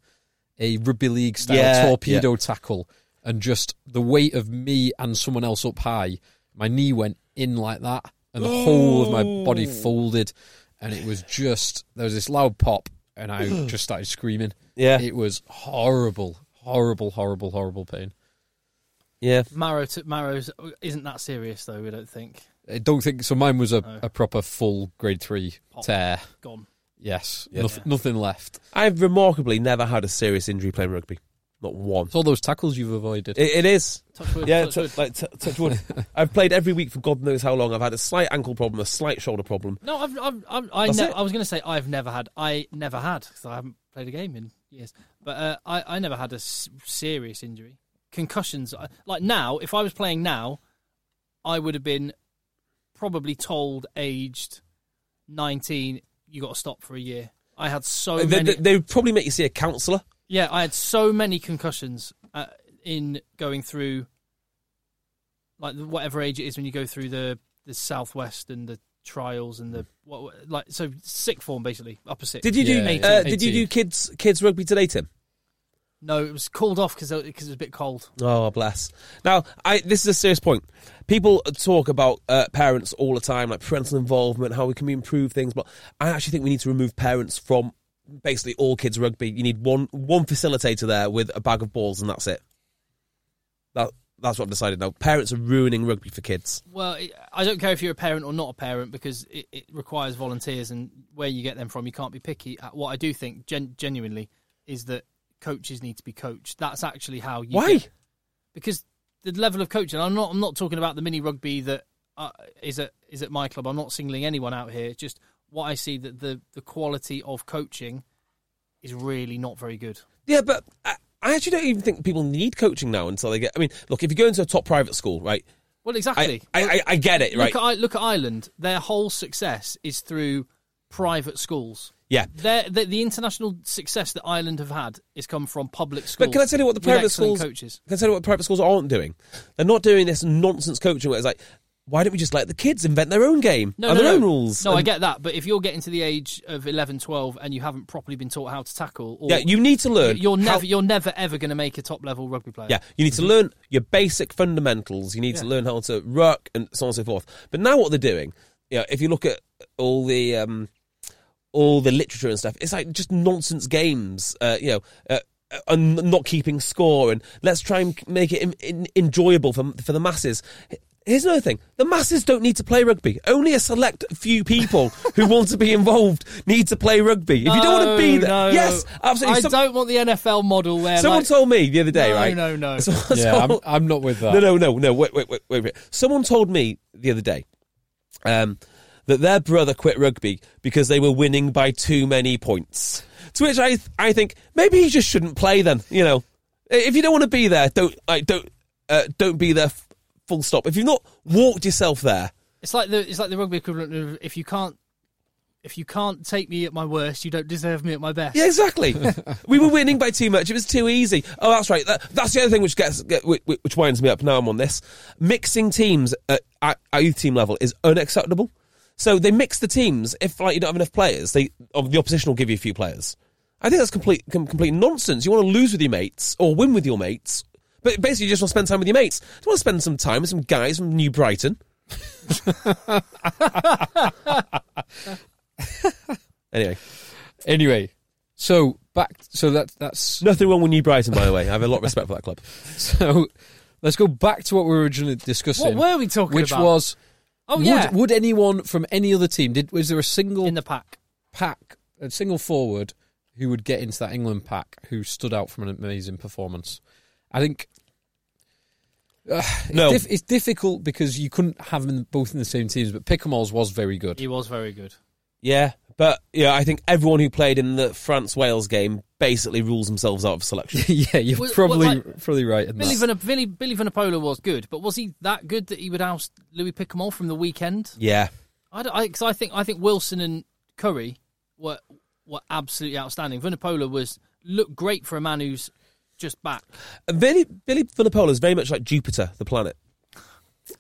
a rugby league style Yeah, torpedo tackle, and just the weight of me and someone else up high, my knee went in like that, and the whole of my body Oh. folded, and it was just there was this loud pop, and I just started screaming. Yeah. it was horrible, horrible, horrible, horrible pain. Yeah. Marrow to, Marrow's isn't that serious though. We don't think I don't think so. Mine was a, Oh. a proper full grade three Pop. tear. gone. Yes, Yeah. noth- nothing left. I've remarkably never had a serious injury playing rugby. Not one. It's all those tackles you've avoided. It, it is. Touch wood, Yeah, touch tou- wood. like t- touch wood. I've played every week for God knows how long. I've had a slight ankle problem, a slight shoulder problem. No, I've, I've, I've, I, That's ne- it. I was going to say I've never had. I never had because I haven't played a game in years. But uh, I, I never had a s- serious injury. Concussions, I- like now, if I was playing now, I would have been probably told, aged nineteen, you got to stop for a year. I had so they, many. they, they would probably make you see a counsellor. Yeah, I had so many concussions uh, in going through, like the- whatever age it is when you go through the the southwest and the trials and the what what- like so sick form basically upper six. Did you do? Yeah, uh, 18. did you do kids kids rugby today, Tim? No, it was called off because it was a bit cold. Oh bless. Now, I this is a serious point. People talk about uh, parents all the time, like parental involvement, how we can improve things. But I actually think we need to remove parents from basically all kids rugby. You need one one facilitator there with a bag of balls, and that's it. That that's what I've decided now. Parents are ruining rugby for kids. Well, it, I don't care if you're a parent or not a parent because it, it requires volunteers and where you get them from, you can't be picky. Uh, What I do think gen- genuinely is that coaches need to be coached. That's actually how you Why? get- because the level of coaching. I'm not. I'm not talking about the mini rugby that uh, is at is at my club. I'm not singling anyone out here. It's just what I see that the the quality of coaching is really not very good. Yeah, but I, I actually don't even think people need coaching now until they get. I mean, look, if you go into a top private school, right? Well, I exactly. I, I, I get it, right? Look at I- look at Ireland. Their whole success is through private schools. yeah. Their, the, the international success that Ireland have had is come from public schools. But can I tell you what the with private excellent schools? coaches? Can I tell you what private schools aren't doing? They're not doing this nonsense coaching where it's like, why don't we just let the kids invent their own game No, and no, their no. own rules? No, I And- get that. But if you're getting to the age of 11, 12 and you haven't properly been taught how to tackle, or Yeah, you need to learn. you're how- never you're never ever going to make a top level rugby player. Yeah, you need to learn your basic fundamentals. You need to Mm-hmm. Yeah. learn how to ruck and so on and so forth. But now what they're doing, you know, if you look at all the um, all the literature and stuff, it's like just nonsense games. Uh, you know. Uh, and not keeping score, and let's try and make it in, in, enjoyable for for the masses. Here's another thing: the masses don't need to play rugby. Only a select few people who want to be involved need to play rugby. If you don't want to be there, Oh, No, no. yes, absolutely. I Some- don't want the NFL model where someone like, told me the other day, No, right? no, no. Someone yeah, told- I'm, I'm not with that. no, no, no, no. Wait, wait, wait, wait. a minute. Someone told me the other day um, that their brother quit rugby because they were winning by too many points. To which I I think maybe he just shouldn't play then. You know, if you don't want to be there, don't like don't uh, don't be there. f- Full stop. If you've not walked yourself there, It's like the it's like the rugby equivalent of if you can't if you can't take me at my worst, you don't deserve me at my best. Yeah, exactly. we were winning by too much. It was too easy. Oh, that's right. That, that's the other thing which gets get, which, which winds me up. Now I'm on this. Mixing teams at, at at youth team level is unacceptable. So they mix the teams. If like you don't have enough players, they of the opposition will give you a few players. I think that's complete com- complete nonsense. You want to lose with your mates or win with your mates, but basically you just want to spend time with your mates. You want to spend some time with some guys from New Brighton. anyway, Anyway, so back. So that that's nothing wrong with New Brighton, by the way. I have a lot of respect for that club. so. Let's go back to what we were originally discussing. What were we talking which about? was oh would, yeah, would anyone from any other team did was there a single in the pack. pack a single forward who would get into that England pack who stood out from an amazing performance? I think Ugh, it's, No. dif- it's difficult because you couldn't have them both in the same teams, but Pickamalls was very good. He was very good. Yeah, but yeah, I think everyone who played in the France Wales game basically rules themselves out of selection. yeah, you're Well, probably well, like, probably right in Billy, that. Vana, Billy, Billy Vanapola was good, but was he that good that he would oust Louis Pickamall from the weekend? yeah, I, don't- I, 'cause I think I think Wilson and Curry were were absolutely outstanding. Vanapola was looked great for a man who's just back. and Billy Billy Vanapola is very much like Jupiter, the planet.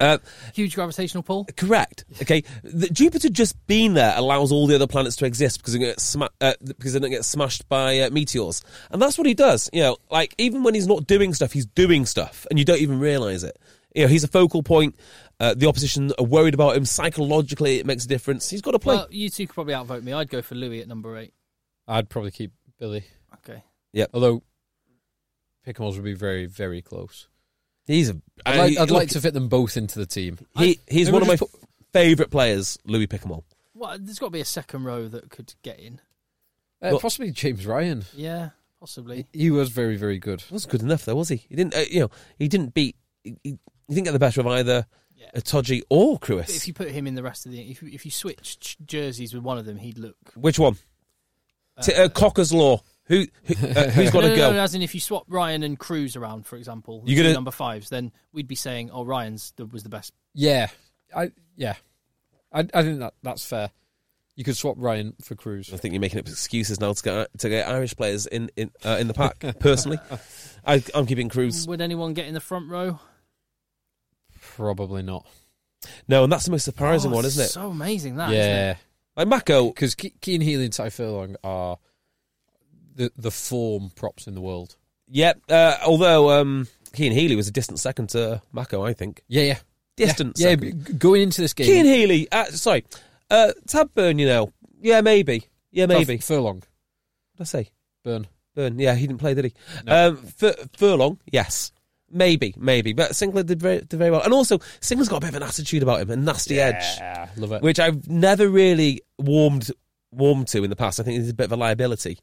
Uh, Huge gravitational pull. correct. Okay, the, Jupiter just being there allows all the other planets to exist because they get sma- uh, because they don't get smashed by uh, meteors, and that's what he does. You know, like even when he's not doing stuff, he's doing stuff, and you don't even realize it. You know, he's a focal point. Uh, the opposition are worried about him psychologically. It makes a difference. He's got to play. Well, you two could probably outvote me. I'd go for Louis at number eight. I'd probably keep Billy, Okay. although Pickamalls would be very very close. he's a. I'd, like, I'd like to fit them both into the team. He he's Maybe one of my just put- favourite players, Louis Pickamall. Well, there's got to be a second row that could get in. Uh, Well- possibly James Ryan. Yeah, possibly. He was very very good. He wasn't good enough though, was he? He didn't, uh, you know, he didn't beat, he, he he didn't get the better of either Yeah. Itoji or But if Crewis. you put him in the rest of the, if you, if you switched jerseys with one of them, he'd look. Which one? T- uh, Cocker's law. Who, who uh, who's got to no, no, go? no, no, as in, if you swap Ryan and Cruz around, for example, You're you gonna- number fives, then we'd be saying, "Oh, Ryan's the, was the best." Yeah, I yeah, I I think that that's fair. You could swap Ryan for Cruz. I think you're making up excuses now to get to get Irish players in in uh, in the pack. Personally, I, I'm keeping Cruz. Would anyone get in the front row? Probably not. No, and that's the most surprising Oh, one, isn't it? So amazing that. yeah, Like Mako, because Ke- Keane Healy and Ty Furlong are the the form props in the world. yeah. Uh, although um, Keane Healy was a distant second to Mako, I think. Yeah, yeah, Distant Yeah, second. yeah but going into this game, Keane Healy. Uh, sorry, uh, Tab Burn. You know, yeah, maybe, yeah, Oh, maybe. Furlong, What did I say Burn. Burn. Yeah, he didn't play, did he? Um, Fur- Furlong, yes, maybe, maybe. But Sinclair did very, did very well, and also Sinclair's got a bit of an attitude about him, a nasty edge, Yeah, love it. which I've never really warmed warmed to in the past. I think he's a bit of a liability.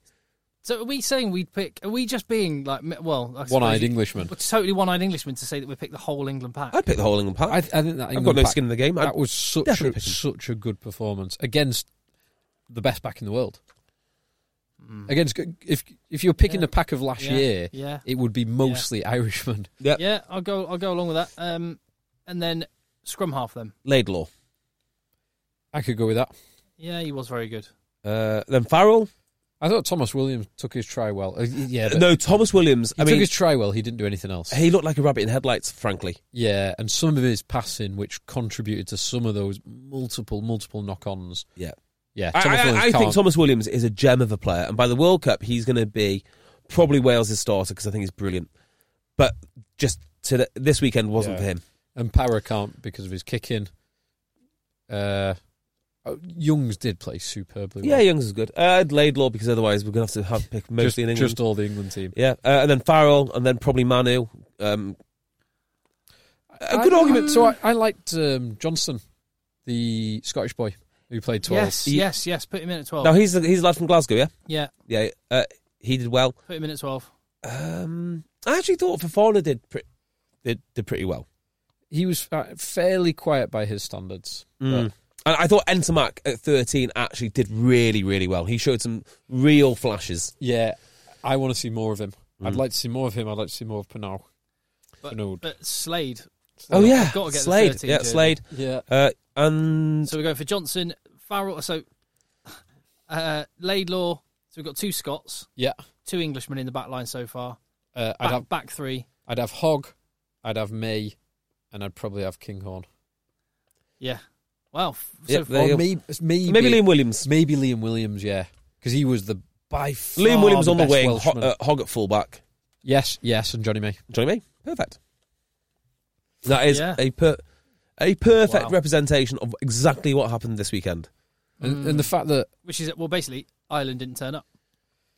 So are we saying we'd pick? Are we just being like, mi- well, I suppose One-eyed you- Englishman. we're totally one-eyed Englishmen to say that we pick the whole England pack? I'd pick the whole England pack. I, I think that I've England got no pack- skin in the game. I'd That was such definitely a, pick him. such a good performance against the best back in the world. Hmm. Against if if you're picking Yeah. a pack of last Yeah. year, Yeah. it would be mostly Irishmen. yeah, Yeah, I'll go. I'll go along with that. Um, and then scrum half them. Laidlaw, I could go with that. Yeah, he was very good. uh, then Farrell. I thought Thomas Williams took his try well. Uh, yeah, but no, Thomas Williams. he I took mean, his try well. He didn't do anything else. he looked like a rabbit in headlights. Frankly, yeah, and some of his passing, which contributed to some of those multiple multiple knock-ons. yeah. Yeah, I, Thomas I- Williams I think can't- Thomas Williams is a gem of a player, and by the World Cup, he's going to be probably Wales' starter because I think he's brilliant. But just to this weekend wasn't Yeah. for him. and Power can't because of his kicking. Uh, oh, Youngs did play superbly. Yeah, well. Youngs is good. Uh, Laidlaw because otherwise we're going to have to have to pick mostly just, in England. just all the England team. yeah, uh, and then Farrell, and then probably Manu. Um, a I- good argument. So I, I liked um, Johnson, the Scottish boy who played twelve. Yes, yes, yes. Put him in at twelve. Now he's the, he's a lad from Glasgow. Yeah, yeah, yeah. Uh, he did well. put him in at twelve. Um, I actually thought Fafana did pre- did did pretty well. he was uh, fairly quiet by his standards. Mm. but And I thought Entermac at 13 actually did really, really well. He showed some real flashes. Yeah, I want to see more of him. Mm. I'd like to see more of him. I'd like to see more of Pinal. But, Pinal. but Slade. Oh, I've yeah. gotta get the Slade. 13 Yeah, jersey. Slade. Yeah. Uh, and So we're going for Johnson, Farrell. So uh, Laidlaw. So we've got two Scots, Yeah. two Englishmen in the back line so far. Uh, I'd Back, have back three. I'd have Hog, I'd have May, and I'd probably have Kinghorn. Yeah. Well, f- so Yep, far, there you go. Or maybe, maybe maybe Liam Williams. Maybe Liam Williams, yeah, because he was the by far Liam Williams on the best wing, ho- Welshman. uh, Hogg at fullback. yes, yes, and Johnny May. Johnny May, perfect. That is Yeah. a per- a perfect Wow. representation of exactly what happened this weekend. And, and the fact that which is well, basically Ireland didn't turn up.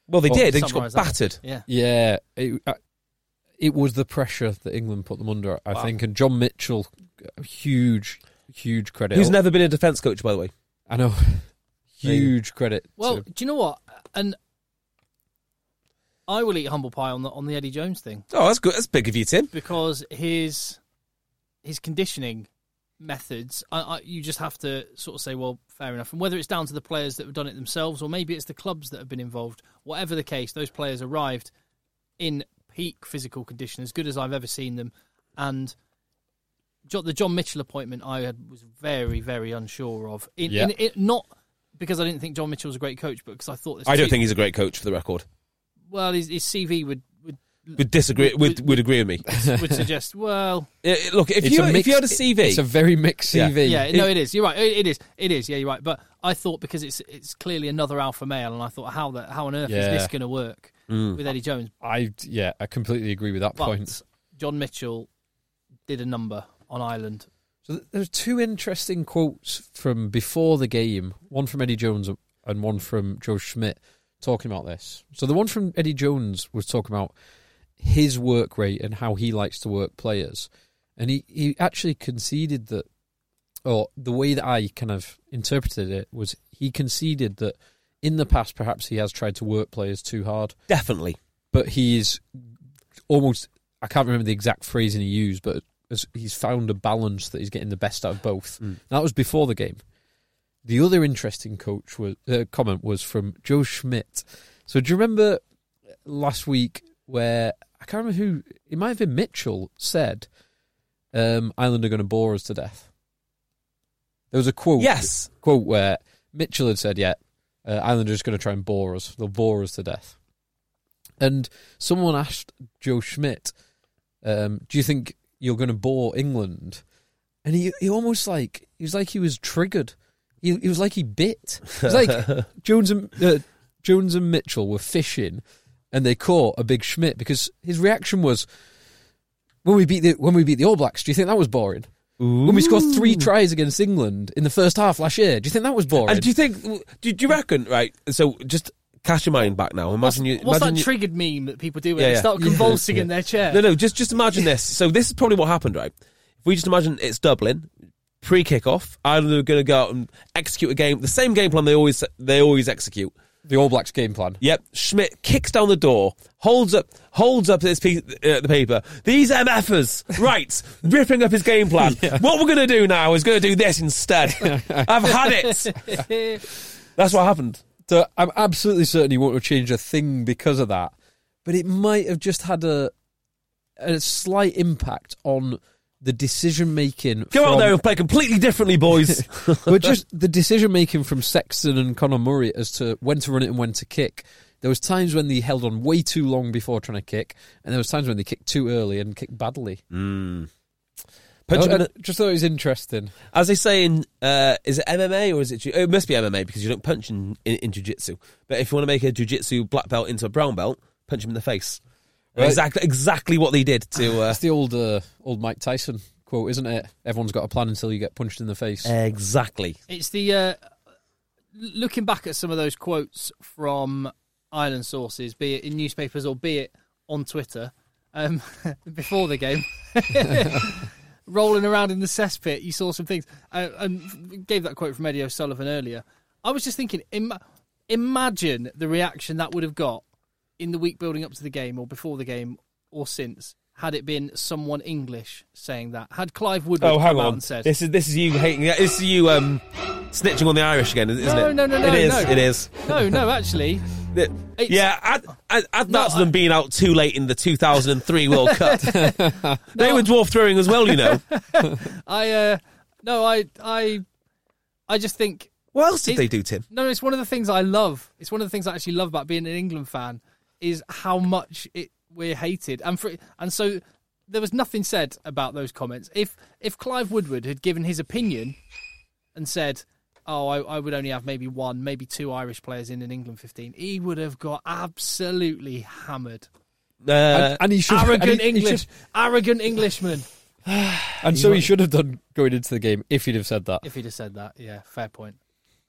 Well, they Well, did. They just got summarise that. battered. Yeah. yeah, it, uh, it was the pressure that England put them under, I Wow. think, and John Mitchell, uh, huge, huge credit. Who's never been a defence coach, by the way? I know, huge credit. Well, to- do you know what? And I will eat humble pie on the on the Eddie Jones thing Oh, that's good. That's big of you, Tim. because his his conditioning methods, I, I, you just have to sort of say, well, fair enough. And whether it's down to the players that have done it themselves, or maybe it's the clubs that have been involved. Whatever the case, those players arrived in peak physical condition, as good as I've ever seen them, and. Jo- The John Mitchell appointment I had was very, very unsure of. In, Yeah. in, it, not because I didn't think John Mitchell was a great coach, but because I thought this. I don't too- think he's a great coach, for the record. well, his, his CV would would Would disagree. Would would agree with me. would suggest. Well, Uh, Look, if it's you a if mixed- you had a CV, it's a very mixed Yeah. CV. yeah, no, it is. You're right. It, it is. It is. Yeah, you're right. But I thought because it's it's clearly another alpha male, and I thought how the, how on earth Yeah. is this going to work Mm. with Eddie Jones? I yeah, I completely agree with that But point. John Mitchell did a number on Ireland. So th- there are two interesting quotes from before the game, one from Eddie Jones and one from Joe Schmidt talking about this. So the one from Eddie Jones was talking about his work rate and how he likes to work players. And he, he actually conceded that, or the way that I kind of interpreted it was he conceded that in the past perhaps he has tried to work players too hard definitely. but he's almost I can't remember the exact phrasing he used, but as- he's found a balance that he's getting the best out of both. That was before the game. The other interesting coach was uh, comment was from Joe Schmidt. So do you remember last week where I can't remember who it might have been Mitchell said um, Ireland are going to bore us to death. There was a quote Yes. quote where Mitchell had said, "Yeah, uh, Ireland are just going to try and bore us. They'll bore us to death." And someone asked Joe Schmidt, um, "Do you think you're going to bore England?" And he, he almost like he was like he was triggered. He, he was like he bit. It was like Jones and uh, Jones and Mitchell were fishing, and they caught a big Schmidt because his reaction was, "When we beat the when we beat the All Blacks, do you think that was boring?" When we scored three tries against England in the first half last year, do you think that was boring? And do you think? Do, do you reckon? Right. So just cast your mind back now. Imagine you. What's imagine that you- triggered meme that people do when Yeah, they yeah. start convulsing in their chair? No, no. Just just imagine this. So this is probably what happened, right? If we just imagine it's Dublin pre kickoff, Ireland are going to go out and execute a game, the same game plan they always they always execute. the All Blacks game plan. Yep. Schmidt kicks down the door, holds up, holds up this piece, uh, the paper. These MFers, right, ripping up his game plan. What we're going to do now is going to do this instead. I've had it. That's what happened. So I'm absolutely certain he won't have changed a thing because of that. But it might have just had a a slight impact on the decision making. Go out there and play completely differently, boys. but just the decision making from Sexton and Conor Murray as to when to run it and when to kick. There was times when they held on way too long before trying to kick, and there was times when they kicked too early and kicked badly. Punch him in I- the- I just thought it was interesting. As they say in, uh, is it MMA or is it? Ju- oh, it must be MMA because you don't punch in, in, in jujitsu. But if you want to make a jujitsu black belt into a brown belt, punch him in the face. Right. Exactly, exactly what they did to. Uh, That's the old uh, old Mike Tyson quote, isn't it? Everyone's got a plan until you get punched in the face. Uh, exactly. It's the uh, looking back at some of those quotes from Ireland sources, be it in newspapers or be it on Twitter, um, before the game, rolling around in the cesspit, you saw some things. Uh, and gave that quote from Eddie O'Sullivan earlier. I was just thinking, Im- imagine the reaction that would have got in the week building up to the game or before the game or since. Had it been someone English saying that, had Clive Woodward Oh, hang come out on. and said, This is this is you hating. This is you um snitching on the Irish again, isn't No, it? no, no, no, It is. no. It is. No, no, actually. It- It's- yeah, add, add, add No, that to them I- being out too late in the 2003 World Cup. they were dwarf throwing as well, you know. I uh no, I I I just think What else did It- they do, Tim? no, it's one of the things I love. It's one of the things I actually love about being an England fan is how much it we're hated. And for and so there was nothing said about those comments. If if Clive Woodward had given his opinion and said, "Oh, I, I would only have maybe one, maybe two Irish players in an England 15," he would have got absolutely hammered. Uh, and, and he should and Arrogant he- he should- English, arrogant Englishman. and so he might- should have done going into the game if he'd have said that. If he'd have said that, yeah, fair point.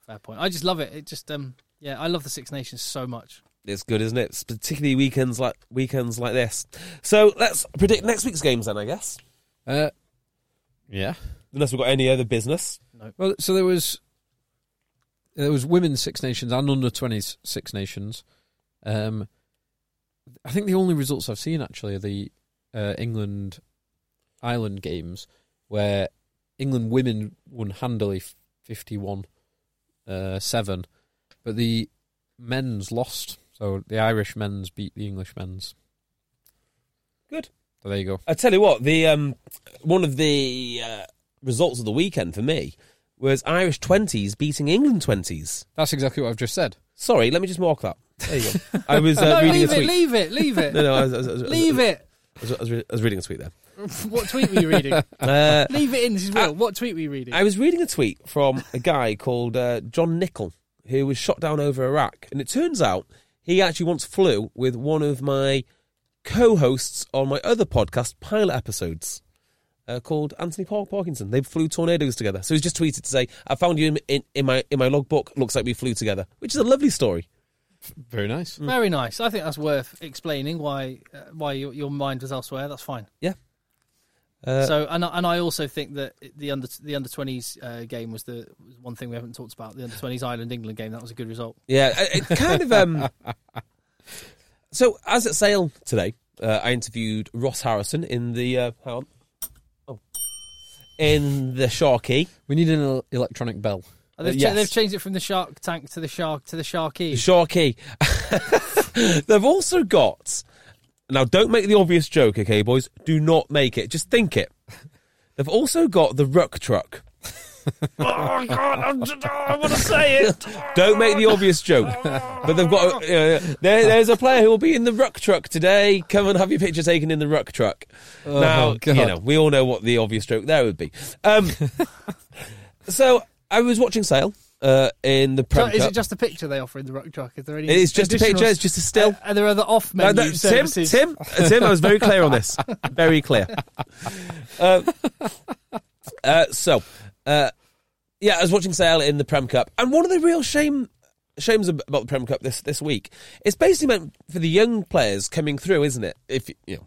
Fair point. I just love it. It just um yeah, I love the Six Nations so much. it's good, isn't it? It's particularly weekends like weekends like this. So let's predict next week's games then, I guess. Uh, yeah. Unless we've got any other business. Well, so there was there was women's Six Nations and under twenties Six Nations. Um, I think the only results I've seen actually are the uh, England Ireland games where England women won handily fifty one uh, seven, but the men's lost. So the Irish men's beat the English men's. Good. So there you go. I tell you what, the um, one of the uh, results of the weekend for me was Irish twenties beating England twenties. That's exactly what I've just said. Sorry, let me just mark that. There you go. I was uh, no, reading leave a it, tweet. leave it, leave it, No, no, I was, I was, I was, leave it. I was, I was, re- I was reading a tweet there. What tweet were you reading? Uh, leave it in. This is Will. What tweet were you reading? I was reading a tweet from a guy called uh, John Nickel, who was shot down over Iraq. And it turns out he actually once flew with one of my co hosts on my other podcast, Pilot Episodes, uh, called Anthony Park Parkinson. They flew tornadoes together. So he's just tweeted to say, I found you in, in, in, my, in my logbook. Looks like we flew together, which is a lovely story. Very nice. Very nice. I think that's worth explaining why uh, why your, your mind was elsewhere. That's fine. Uh, so and I- and I also think that the under the under twenties uh, game was the was one thing we haven't talked about. The under twenties Ireland England game that was a good result. Yeah, I- it kind of. Um, so, as at Sale today, uh, I interviewed Ross Harrison in the uh, hang on, oh, in the Sharky, We need an el- electronic bell. And They've, Uh, cha- yes. they've changed it from the Shark Tank to the Shark to the Sharky. the Sharky. They've also got. Now, don't make the obvious joke, okay, boys? Do not make it. Just think it. They've also got the Ruck Truck. oh, I can't. I'm just, oh, I want to say it. Don't make the obvious joke. But they've got. A, uh, there, there's a player who will be in the ruck truck today. Come and have your picture taken in the ruck truck. Oh, now God. you know we all know what the obvious joke there would be. Um, so I was watching Sale uh, in the So Prem is Cup. it just a picture they offer in the Ruck Truck? Is there any? It is just a additional- picture. It's just a still. Are, are there other off No, menu no, Tim, services? Tim, uh, Tim, I was very clear on this. Very clear. Uh, uh, so, uh, yeah, I was watching Sale in the Prem Cup, and one of the real shame shames ab- about the Prem Cup this this week, it's basically meant for the young players coming through, isn't it? If you you know.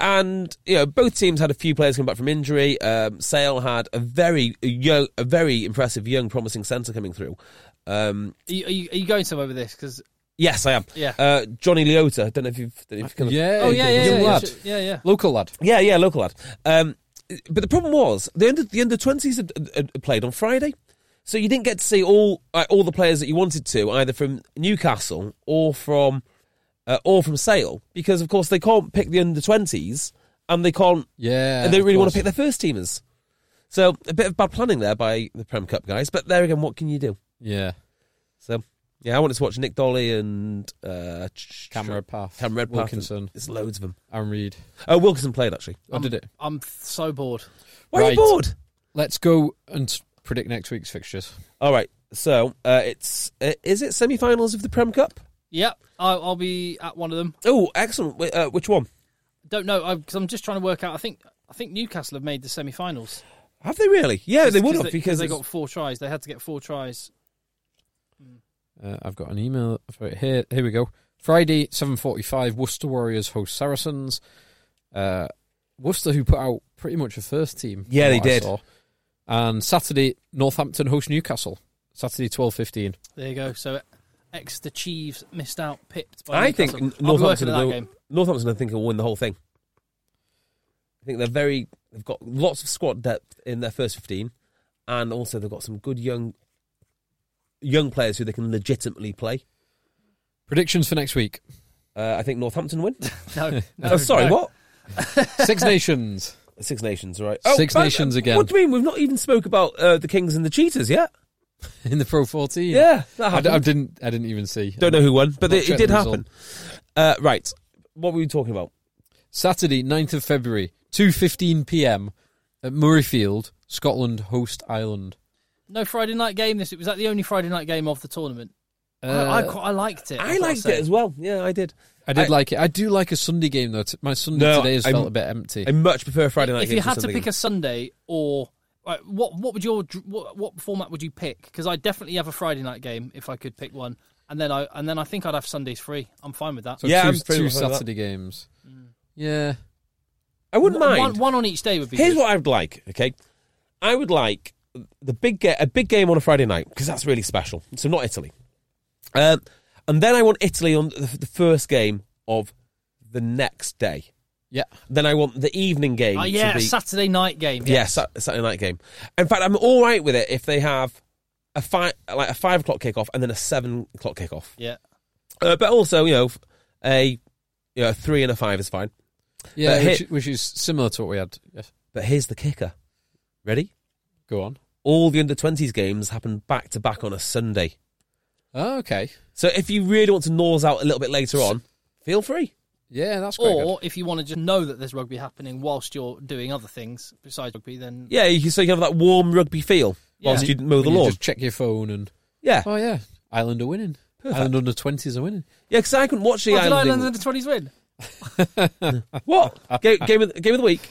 And you know, both teams had a few players come back from injury. Um, Sale had a very young, a very impressive young, promising centre coming through. Um, Are you, are you, are you going somewhere with this? Because yes, I am. Yeah. Uh, Johnny Leota. I don't know if you've, don't know if you've kind of Yeah. oh yeah, yeah, young yeah, lad. yeah, yeah, yeah. Local lad. Yeah, yeah, local lad. Um, but the problem was the under the under twenties had, had played on Friday, so you didn't get to see all uh, all the players that you wanted to either from Newcastle or from uh, or from Sale because of course they can't pick the under twenties and they can't Yeah. and they of really want to course. pick their first teamers. So a bit of bad planning there by the Prem Cup guys, but there again, what can you do? Yeah. So yeah, I wanted to watch Nick Dolly and uh, Ch- Ch- Cam Redpath. Cam Redpath, and Wilkinson. There's loads of them. Aaron Reed. Oh, Wilkinson played actually. Oh, did it? I'm so bored. Why are you Right. bored? Let's go and s- predict next week's fixtures. All right. So uh, it's uh, is it semi-finals of the Prem Cup? Yep, I'll, I'll be at one of them. Oh, excellent. Wh- Uh, which one? Don't know because I'm just trying to work out. I think I think Newcastle have made the semi-finals. Have they really? Yeah, they would have because they it's- got four tries. They had to get four tries. Uh, I've got an email for it here. Here we go. Friday, 7.45, Worcester Warriors host Saracens. Uh, Worcester, who put out pretty much a first team. from Yeah, they what I did. saw. And Saturday, Northampton host Newcastle. Saturday, 12.15. There you go. So Exeter Chiefs missed out, pipped. By I think Newcastle. I'll be working Northampton. at that Will, game. Northampton, I think, will win the whole thing. I think they're very. They've got lots of squad depth in their first fifteen, and also they've got some good young young players who they can legitimately play. Predictions for next week: Uh, I think Northampton win. No, no oh, sorry, no. what? Six Nations. Six Nations, right? Six Six Nations again. What do you mean? We've not even spoke about uh, the Kings and the Cheaters yet. in the Pro 14. Yeah, that I, d- I happened. didn't. I didn't even see. Don't know who won, but not it, it sure did the happen. Uh, right, what were we talking about? Saturday, 9th of February, two fifteen p.m. at Murrayfield, Scotland host Ireland. No Friday night game. This it was like the only Friday night game of the tournament. Uh, I, I, quite, I liked it. I liked it as well. Yeah, I did. I did I- like it. I do like a Sunday game though. T- My Sunday No, today has I'm- felt a bit empty. I much prefer Friday night. If you had to pick a Sunday or right, what, what would your dr- what, what format would you pick? Because I definitely have a Friday night game if I could pick one, and then I and then I think I'd have Sundays free. I'm fine with that. so Yeah, two, I'm pretty two much like that. Saturday games. Yeah, I wouldn't One- mind. One, one on each day would be. Here's good. what I would like. Okay, I would like the big ga- a big game on a Friday night because that's really special. So not Italy, um, and then I want Italy on the, the first game of the next day. yeah. Then I want the evening game. Ah, yeah, to be, Saturday night game. yeah, Sat- Saturday night game. In fact, I'm all right with it if they have a five like a five o'clock kickoff and then a seven o'clock kickoff. yeah. Uh, but also, you know, f- a you know a three and a five is fine. Yeah, But which, hit- which is similar to what we had. Yes. But here's the kicker. Ready? Go on. All the under twenties games happen back to back on a Sunday. Oh, okay. So if you really want to nose out a little bit later on, feel free. Yeah, that's quite Or if you want to just know that there's rugby happening whilst you're doing other things besides rugby, then Yeah, you can, so you have that warm rugby feel whilst Yeah. you mow good. the When you lawn. just check your phone and Yeah, oh yeah, Ireland are winning. Ireland under twenties are winning. yeah, because I couldn't watch the Oh, did Ireland. Ireland England- under twenties win? What game, game of the- game of the week?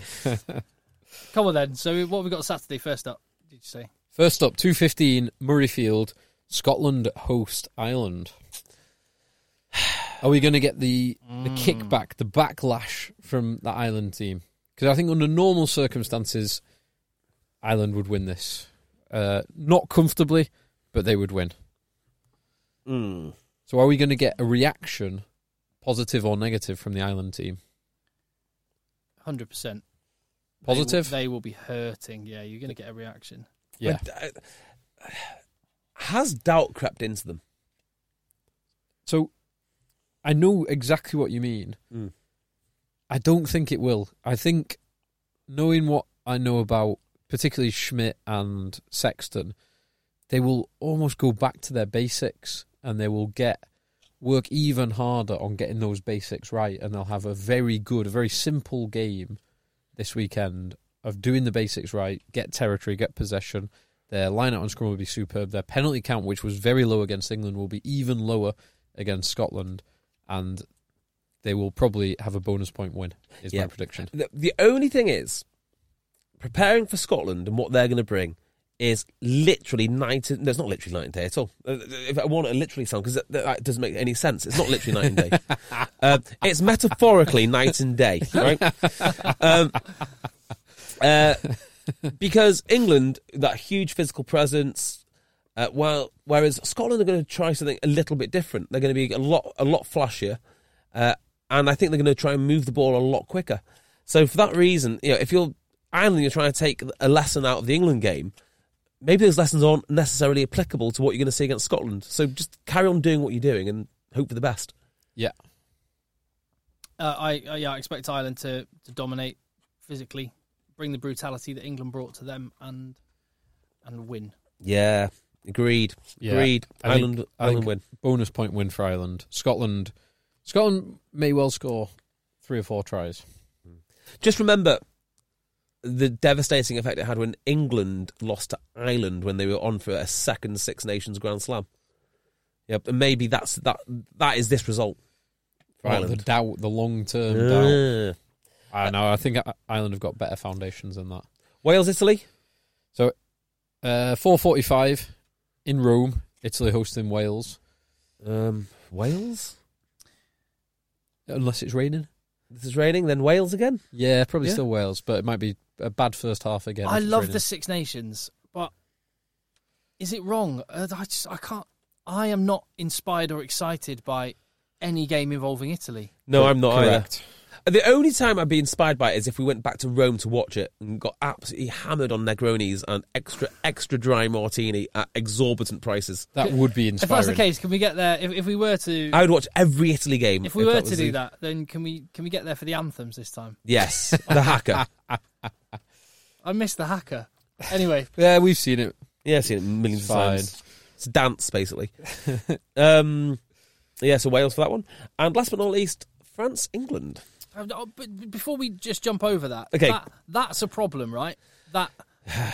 Come on then. So what have we got Saturday first up? Did you say? First up, two fifteen Murrayfield, Scotland host Ireland. Are we going to get the the Mm. kickback, the backlash from the Ireland team? Because I think under normal circumstances, Ireland would win this, uh, not comfortably, but they would win. Mm. So are we going to get a reaction, positive or negative, from the Ireland team? Hundred percent. Positive? They will, be hurting. Yeah, you're going to get a reaction. Yeah, I- I- uh, has doubt crept into them? So I know exactly what you mean. Mm. I don't think it will. I think knowing what I know about particularly Schmidt and Sexton, they will almost go back to their basics and they will get work even harder on getting those basics right and they'll have a very good, a very simple game this weekend of doing the basics right, get territory, get possession. Their line out and scrum will be superb. Their penalty count, which was very low against England, will be even lower against Scotland, and they will probably have a bonus point win. Is my Yeah. prediction. The, the only thing is, preparing for Scotland and what they're going to bring is literally night. to- No, it's not literally night and day at all. Uh, If I want to literally sound, because that, that doesn't make any sense. It's not literally night and day. Uh, it's metaphorically night and day, right? Um, uh, because England, that huge physical presence. Uh, while whereas Scotland are going to try something a little bit different. They're going to be a lot a lot flashier, uh, and I think they're going to try and move the ball a lot quicker. So for that reason, you know, if you're Ireland, you're trying to take a lesson out of the England game. Maybe those lessons aren't necessarily applicable to what you're going to see against Scotland. So just carry on doing what you're doing and hope for the best. Yeah, Uh, I uh, yeah, I expect Ireland to to dominate physically, bring the brutality that England brought to them, and and win. Yeah, agreed. Yeah. Agreed. I think- Ireland, I Ireland think win. bonus point win for Ireland. Scotland, Scotland may well score three or four tries. Just remember the devastating effect it had when England lost to Ireland when they were on for a second Six Nations Grand Slam. Yep, and maybe that's that. That is this result for Well, the Ireland. doubt, the long term doubt. Yeah. I know. I think I- Ireland have got better foundations than that. Wales, Italy. So, uh, four forty-five in Rome, Italy hosting Wales. Um, Wales. Unless it's raining. This is raining. Then Wales again. Yeah, probably Yeah. still Wales, but it might be a bad first half again. I if it's love raining. the Six Nations, but is it wrong? Uh, I just I can't. I am not inspired or excited by any game involving Italy. No, I'm not Correct. either. The only time I'd be inspired by it is if we went back to Rome to watch it and got absolutely hammered on Negronis and extra extra dry martini at exorbitant prices. That would be If inspiring. that's the case, can we get there? If, if we were to, I would watch every Italy game. if we were to was do the- that, then can we can we get there for the anthems this time? Yes, the hacker. I miss the hacker. Anyway, Yeah, we've seen it. Yeah, I've seen it millions of Fine. times. It's a dance, basically. um, yeah, so Wales for that one. And last but not least, France, England. uh, but before we just jump over that, Okay. that, that's a problem, right? That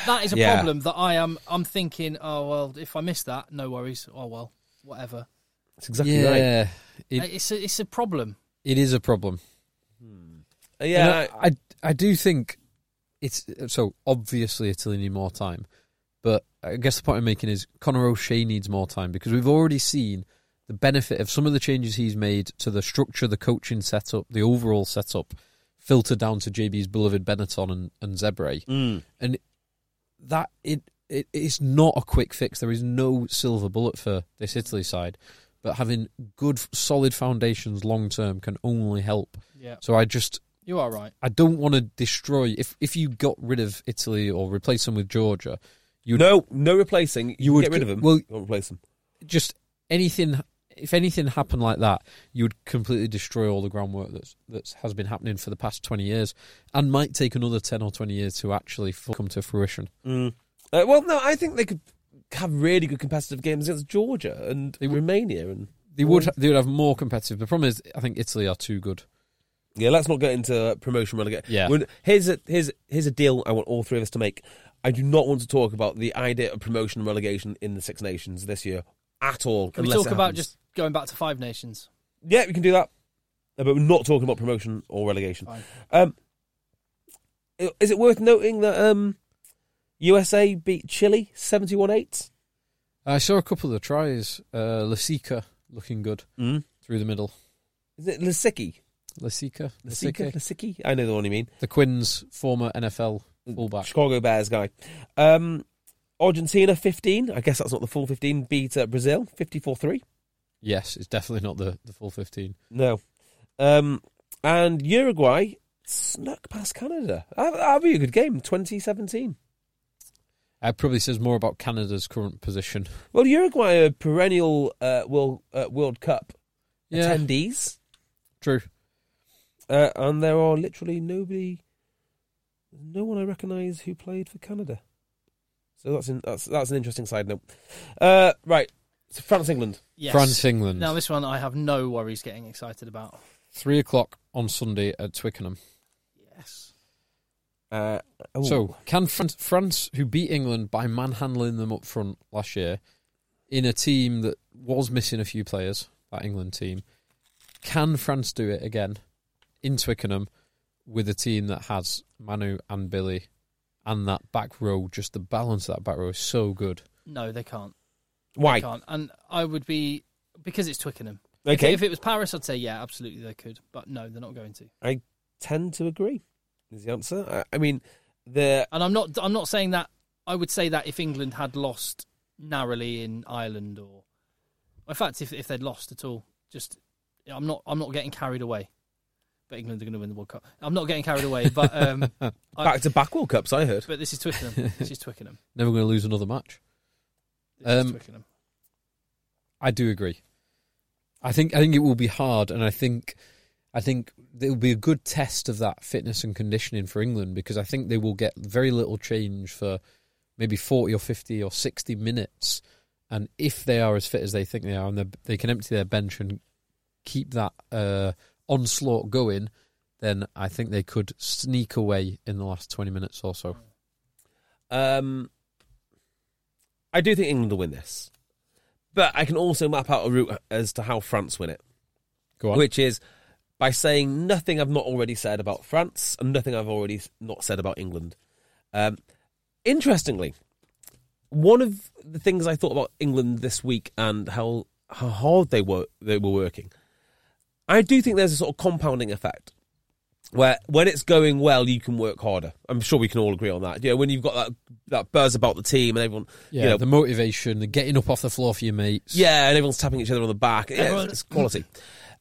that is a Yeah. problem that I am. I'm thinking, oh well, if I miss that, no worries. Oh well, whatever. That's exactly right. yeah, It- Uh, it's a, it's a problem. it is a problem. Uh, yeah, And I, I I do think it's so obviously Italy need more time, but I guess the point I'm making is Conor O'Shea needs more time because we've already seen the benefit of some of the changes he's made to the structure, the coaching setup, the overall setup, filter down to JB's beloved Benetton and, and Zebre, Mm. and that it. It, it's not a quick fix. There is no silver bullet for this Italy side, but having good, solid foundations long term can only help. Yeah, So I just you are right. I don't want to destroy. If if you got rid of Italy or replace them with Georgia, you no, no replacing. You would get rid c- of them. well- you won't replace them. just anything. If anything happened like that, you would completely destroy all the groundwork that's that's has been happening for the past twenty years, and might take another ten or twenty years to actually fu- come to fruition. Uh, well, no, I think they could have really good competitive games against Georgia and Romania. And They would they would have more competitive. The problem is, I think Italy are too good. yeah, let's not get into uh, promotion relegation. Yeah. When- here's a here's here's a deal I want all three of us to make. I do not want to talk about the idea of promotion and relegation in the Six Nations this year at all. Can we unless talk it about happens. just going back to Five Nations? Yeah, we can do that. Uh, But we're not talking about promotion or relegation. Fine. Um, i- is it worth noting that um, USA beat Chile 71 8? I saw a couple of the tries. Uh, Lasica looking good Mm. through the middle. Is it Lasicki? Lasica, Lasicki? Lasica, Lasicki? I know the one you mean. the Quinn's former NFL Mm. fullback. Chicago Bears guy. Um, Argentina 15. I guess that's not the full 15. Beat uh, Brazil 54 3. Yes, it's definitely not the, the full 15. No. Um, and Uruguay snuck past Canada. That- That'd be a good game, 2017. It Uh, probably says more about Canada's current position. Well, Uruguay are perennial uh, World, uh, World Cup Yeah, attendees, true. uh, and there are literally nobody, no one I recognise who played for Canada. So that's in, that's that's an interesting side note. Uh, right, so France England. Yes. France, England. Now this one I have no worries getting excited about. Three o'clock on Sunday at Twickenham. Yes. Uh, oh, So, can France, France, who beat England by manhandling them up front last year, in a team that was missing a few players, that England team, can France do it again in Twickenham with a team that has Manu and Billy and that back row? Just the balance of that back row is so good. No, they can't. why? I can't. And I would be because it's Twickenham. Okay, If it was Paris, I'd say yeah, absolutely they could. But no, they're not going to. I tend to agree. Is the answer? I, I mean, the And I'm not. I'm not saying that. I would say that if England had lost narrowly in Ireland, or in fact, if if they'd lost at all, just I'm not. I'm not getting carried away. But England are going to win the World Cup. I'm not getting carried away. But um, I- back to back World Cups, I heard. but this is Twickenham. This is Twickenham. Never going to lose another match. This is Um, Twickenham. I do agree. I think I think it will be hard, and I think I think it will be a good test of that fitness and conditioning for England because I think they will get very little change for maybe forty or fifty or sixty minutes, and if they are as fit as they think they are, and they- they can empty their bench and keep that uh, onslaught going, then I think they could sneak away in the last twenty minutes or so. Um, I do think England will win this, but I can also map out a route as to how France win it. Go on. which is by saying nothing I've not already said about France and nothing I've already not said about England. Um, interestingly, one of the things I thought about England this week and how how hard they were they were working, I do think there's a sort of compounding effect where when it's going well, you can work harder. I'm sure we can all agree on that. You know, when you've got that that buzz about the team and everyone, Yeah, you know, the motivation, the getting up off the floor for your mates. yeah, and everyone's tapping each other on the back. Yeah, Everyone- it's, it's quality.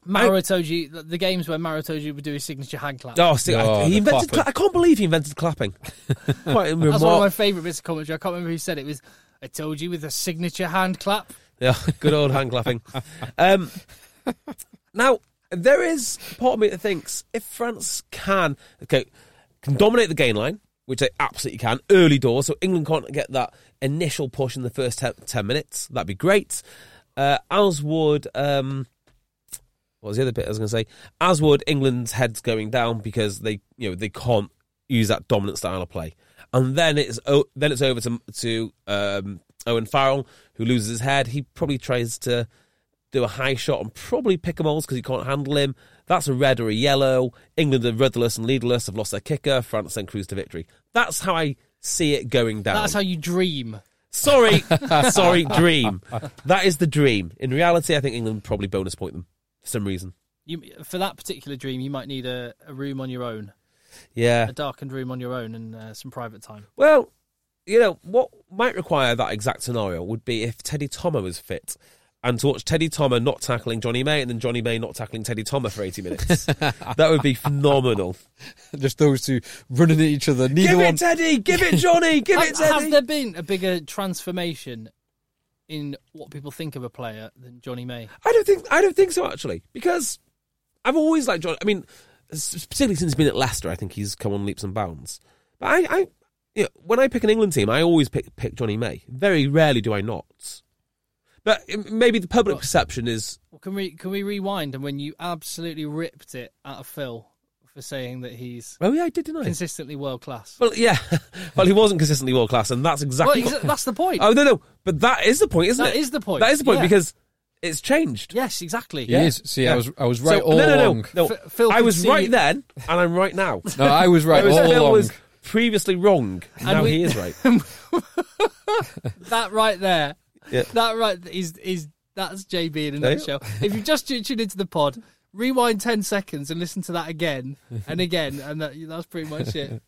Marutoji, the- the games where Marutoji would do his signature hand clap. Oh, see, I- Oh, he the invented. clapping. cla- I can't believe he invented clapping. Quite a That's one of my remark- favourite bits of commentary. I can't remember who said it. It was, I told you with a signature hand clap. Yeah, good old hand clapping. Um, now there is part of me that thinks if France can okay can dominate the gain line, which they absolutely can early doors, so England can't get that initial push in the first te- ten minutes. That'd be great. Uh, as would um, what was the other bit I was going to say? As would England's heads going down because they you know they can't use that dominant style of play. And then it's o then it's over to to um, Owen Farrell who loses his head. He probably tries to do a high shot and probably pick a because he can't handle him. That's a red or a yellow. England are rudderless and leaderless. Have lost their kicker. France then cruise to victory. That's how I see it going down. That's how you dream. sorry, sorry, dream. That is the dream. In reality, I think England probably bonus point them for some reason. You, for that particular dream, you might need a, a room on your own, Yeah. a darkened room on your own, and uh, some private time. Well, you know, what might require that exact scenario would be if Teddy Thomas was fit and to watch Teddy Thomas not tackling Johnny May and then Johnny May not tackling Teddy Thomas for 80 minutes. that would be phenomenal. Just those two running at each other. Neither give one. it Teddy! Give it Johnny! Give it Have, have Teddy! there been a bigger transformation in what people think of a player than Johnny May? I don't think I don't think so actually because I've always liked Johnny. I mean, s- particularly since he's been at Leicester, I think he's come on leaps and bounds. But I, I you know, when I pick an England team, I always pick pick Johnny May. Very rarely do I not. But uh, maybe the public perception is Well, can we can we rewind and when you absolutely ripped it out of Phil for saying that he's Oh yeah, I did, didn't I? consistently world class? well, yeah. well, he wasn't consistently world class, and that's Well, exactly. exa- that's the point. oh no, no. But that is the point, isn't That it? is the point, That is the point yeah. because it's changed. Yes, exactly. He is. See, I was I was right So- all no, no, no, along. no. F- Phil I can was see right it. then, and I'm right now. No, I was right Whereas all Phil along. was previously wrong. now we- he is right. That right there. Yeah. That right th- is is that's JB in a There you nutshell. if you've just tuned tuned into the pod, rewind ten seconds and listen to that again and again, and that, that's pretty much it.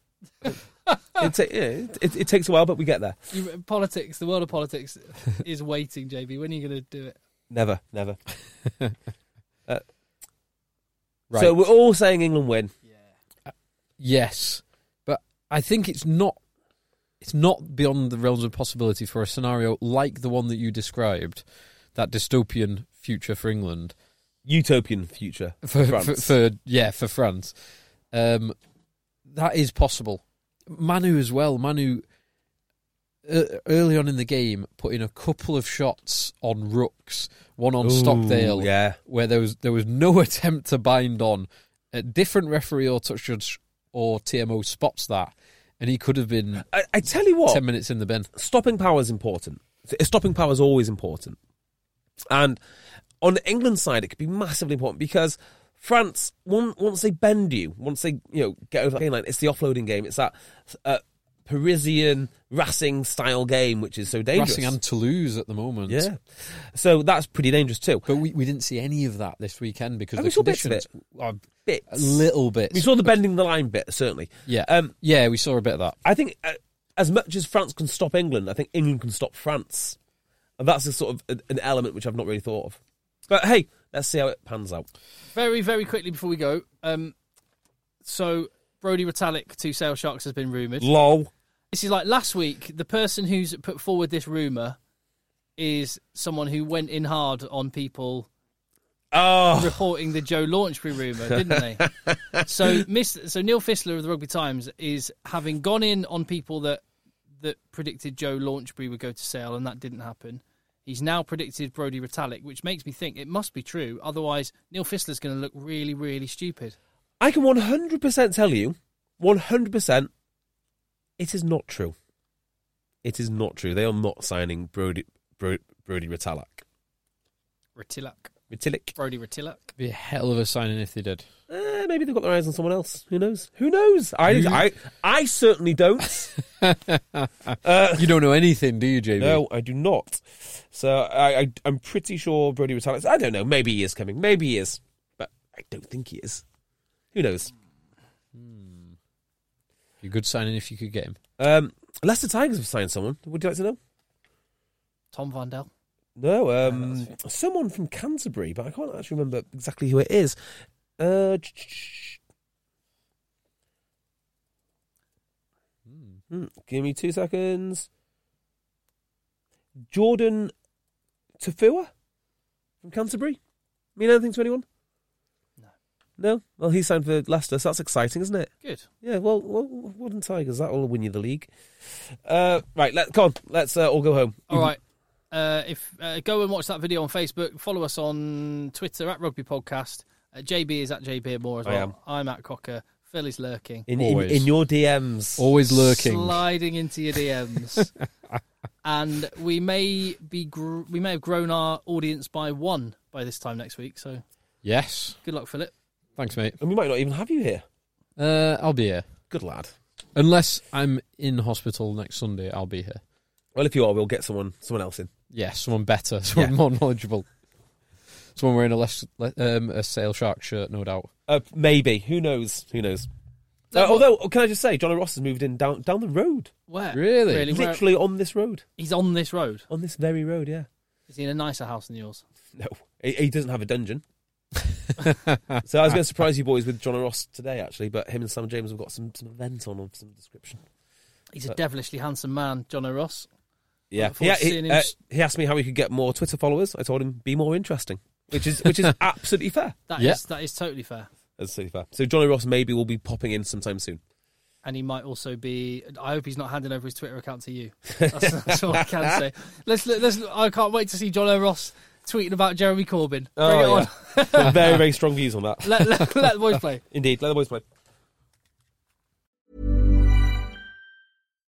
it, ta- uh, yeah, it, it, it takes a while, but we get there. You, politics, the world of politics, is waiting. JB, when are you going to do it? Never, never. Uh, Right. So we're all saying England win. Yes, but I think it's not. It's not beyond the realms of possibility for a scenario like the one that you described, that dystopian future for England, Utopian future for, for France. for, for yeah, for France. Um, that is possible. Manu as well. Manu uh, early on in the game put in a couple of shots on rooks, one on Ooh, Stockdale, yeah. where there was there was no attempt to bind on. A different referee or touch judge or TMO spots that, and he could have been I, I tell you what, ten minutes in the bin. stopping power is important. Stopping power is always important. And on the England side, it could be massively important because France, one, once they bend you, once they you know get over that game line, it's the offloading game. It's that uh, Parisian Racing style game, which is so dangerous. Racing and Toulouse at the moment. yeah, so that's pretty dangerous too. But we, we didn't see any of that this weekend because Oh, the we saw bits of Oh, conditions are Bits. a little bit. We saw the bending the line bit certainly. yeah, Um, yeah, we saw a bit of that. I think uh, as much as France can stop England, I think England can stop France, and that's a sort of an- an element which I've not really thought of. But hey, let's see how it pans out. Very, very quickly before we go. Um, so Brody Retallick to Sale Sharks has been rumoured. Lol. This is like last week. The person who's put forward this rumour is someone who went in hard on people Oh, reporting the Joe Launchbury rumor, didn't they? so, Miss, so Neil Fissler of the Rugby Times is having gone in on people that that predicted Joe Launchbury would go to Sale, and that didn't happen. He's now predicted Brody Retallick, which makes me think it must be true. Otherwise, Neil Fissler's going to look really, really stupid. I can one hundred percent tell you, one hundred percent, it is not true. It is not true. They are not signing Brody Brody, Brody Retallick. Retillick, Retillick. Brody Retillick. Be a hell of a signing if they did. Eh, maybe they've got their eyes on someone else. Who knows? Who knows? I I, I certainly don't. Uh, You don't know anything, do you, JB? No, I do not. So I, I, I'm pretty sure Brody Retallick. I don't know. Maybe he is coming. Maybe he is, but I don't think he is. Who knows? Be a good signing if you could get him. Um, Leicester Tigers have signed someone. Would you like to know? Tom Vandell. No, um, someone from Canterbury, but I can't actually remember exactly who it is. Uh, ch- ch- ch- Hmm, give me two seconds. Jordan Tafua from Canterbury. Mean anything to anyone? No. No. Well, he signed for Leicester, so that's exciting, isn't it? Good. Yeah. Well, well Wooden Tigers. That will win you the league. Uh, right. Let come on. Let's uh, all go home. All right. Uh, if uh, go and watch that video on Facebook, follow us on Twitter at Rugby Podcast. Uh, JB is at JB Moore as I well. am. I'm at Cocker. Phil is lurking, In, in, Always. in your DMs. Always lurking. sliding into your DMs, and we may be gr- we may have grown our audience by one by this time next week. So Yes. good luck, Philip. Thanks, mate. And we might not even have you here. Uh, I'll be here. Good lad. Unless I'm in hospital next Sunday, I'll be here. Well, if you are, we'll get someone someone else in. Yeah, someone better, someone more knowledgeable. Someone wearing a less, le- um, a sail shark shirt, no doubt. Uh, maybe. Who knows? Who knows? Uh, although, can I just say, John Ross has moved in down down the road, Where Really? really? Where- literally on this road, he's on this road. on this very road. Yeah. Is he in a nicer house than yours? No, he, he doesn't have a dungeon. so I was going to surprise you boys with John Ross today, actually, but him and Sam James have got some some event on of some description. He's a devilishly handsome man, John O'Ross. Yeah, look he, forward to seeing he, him uh, s- he asked me how he could get more Twitter followers. I told him be more interesting, which is which is absolutely fair. That is Yeah. that is totally fair. That's absolutely fair. So Johnny Ross maybe will be popping in sometime soon. and he might also be. I hope he's not handing over his Twitter account to you. That's, that's all I can say. Let's, let's. I can't wait to see John O'Ross tweeting about Jeremy Corbyn. Bring Oh, it yeah. on. very very strong views on that. Let, let, let the boys play. Indeed, let the boys play.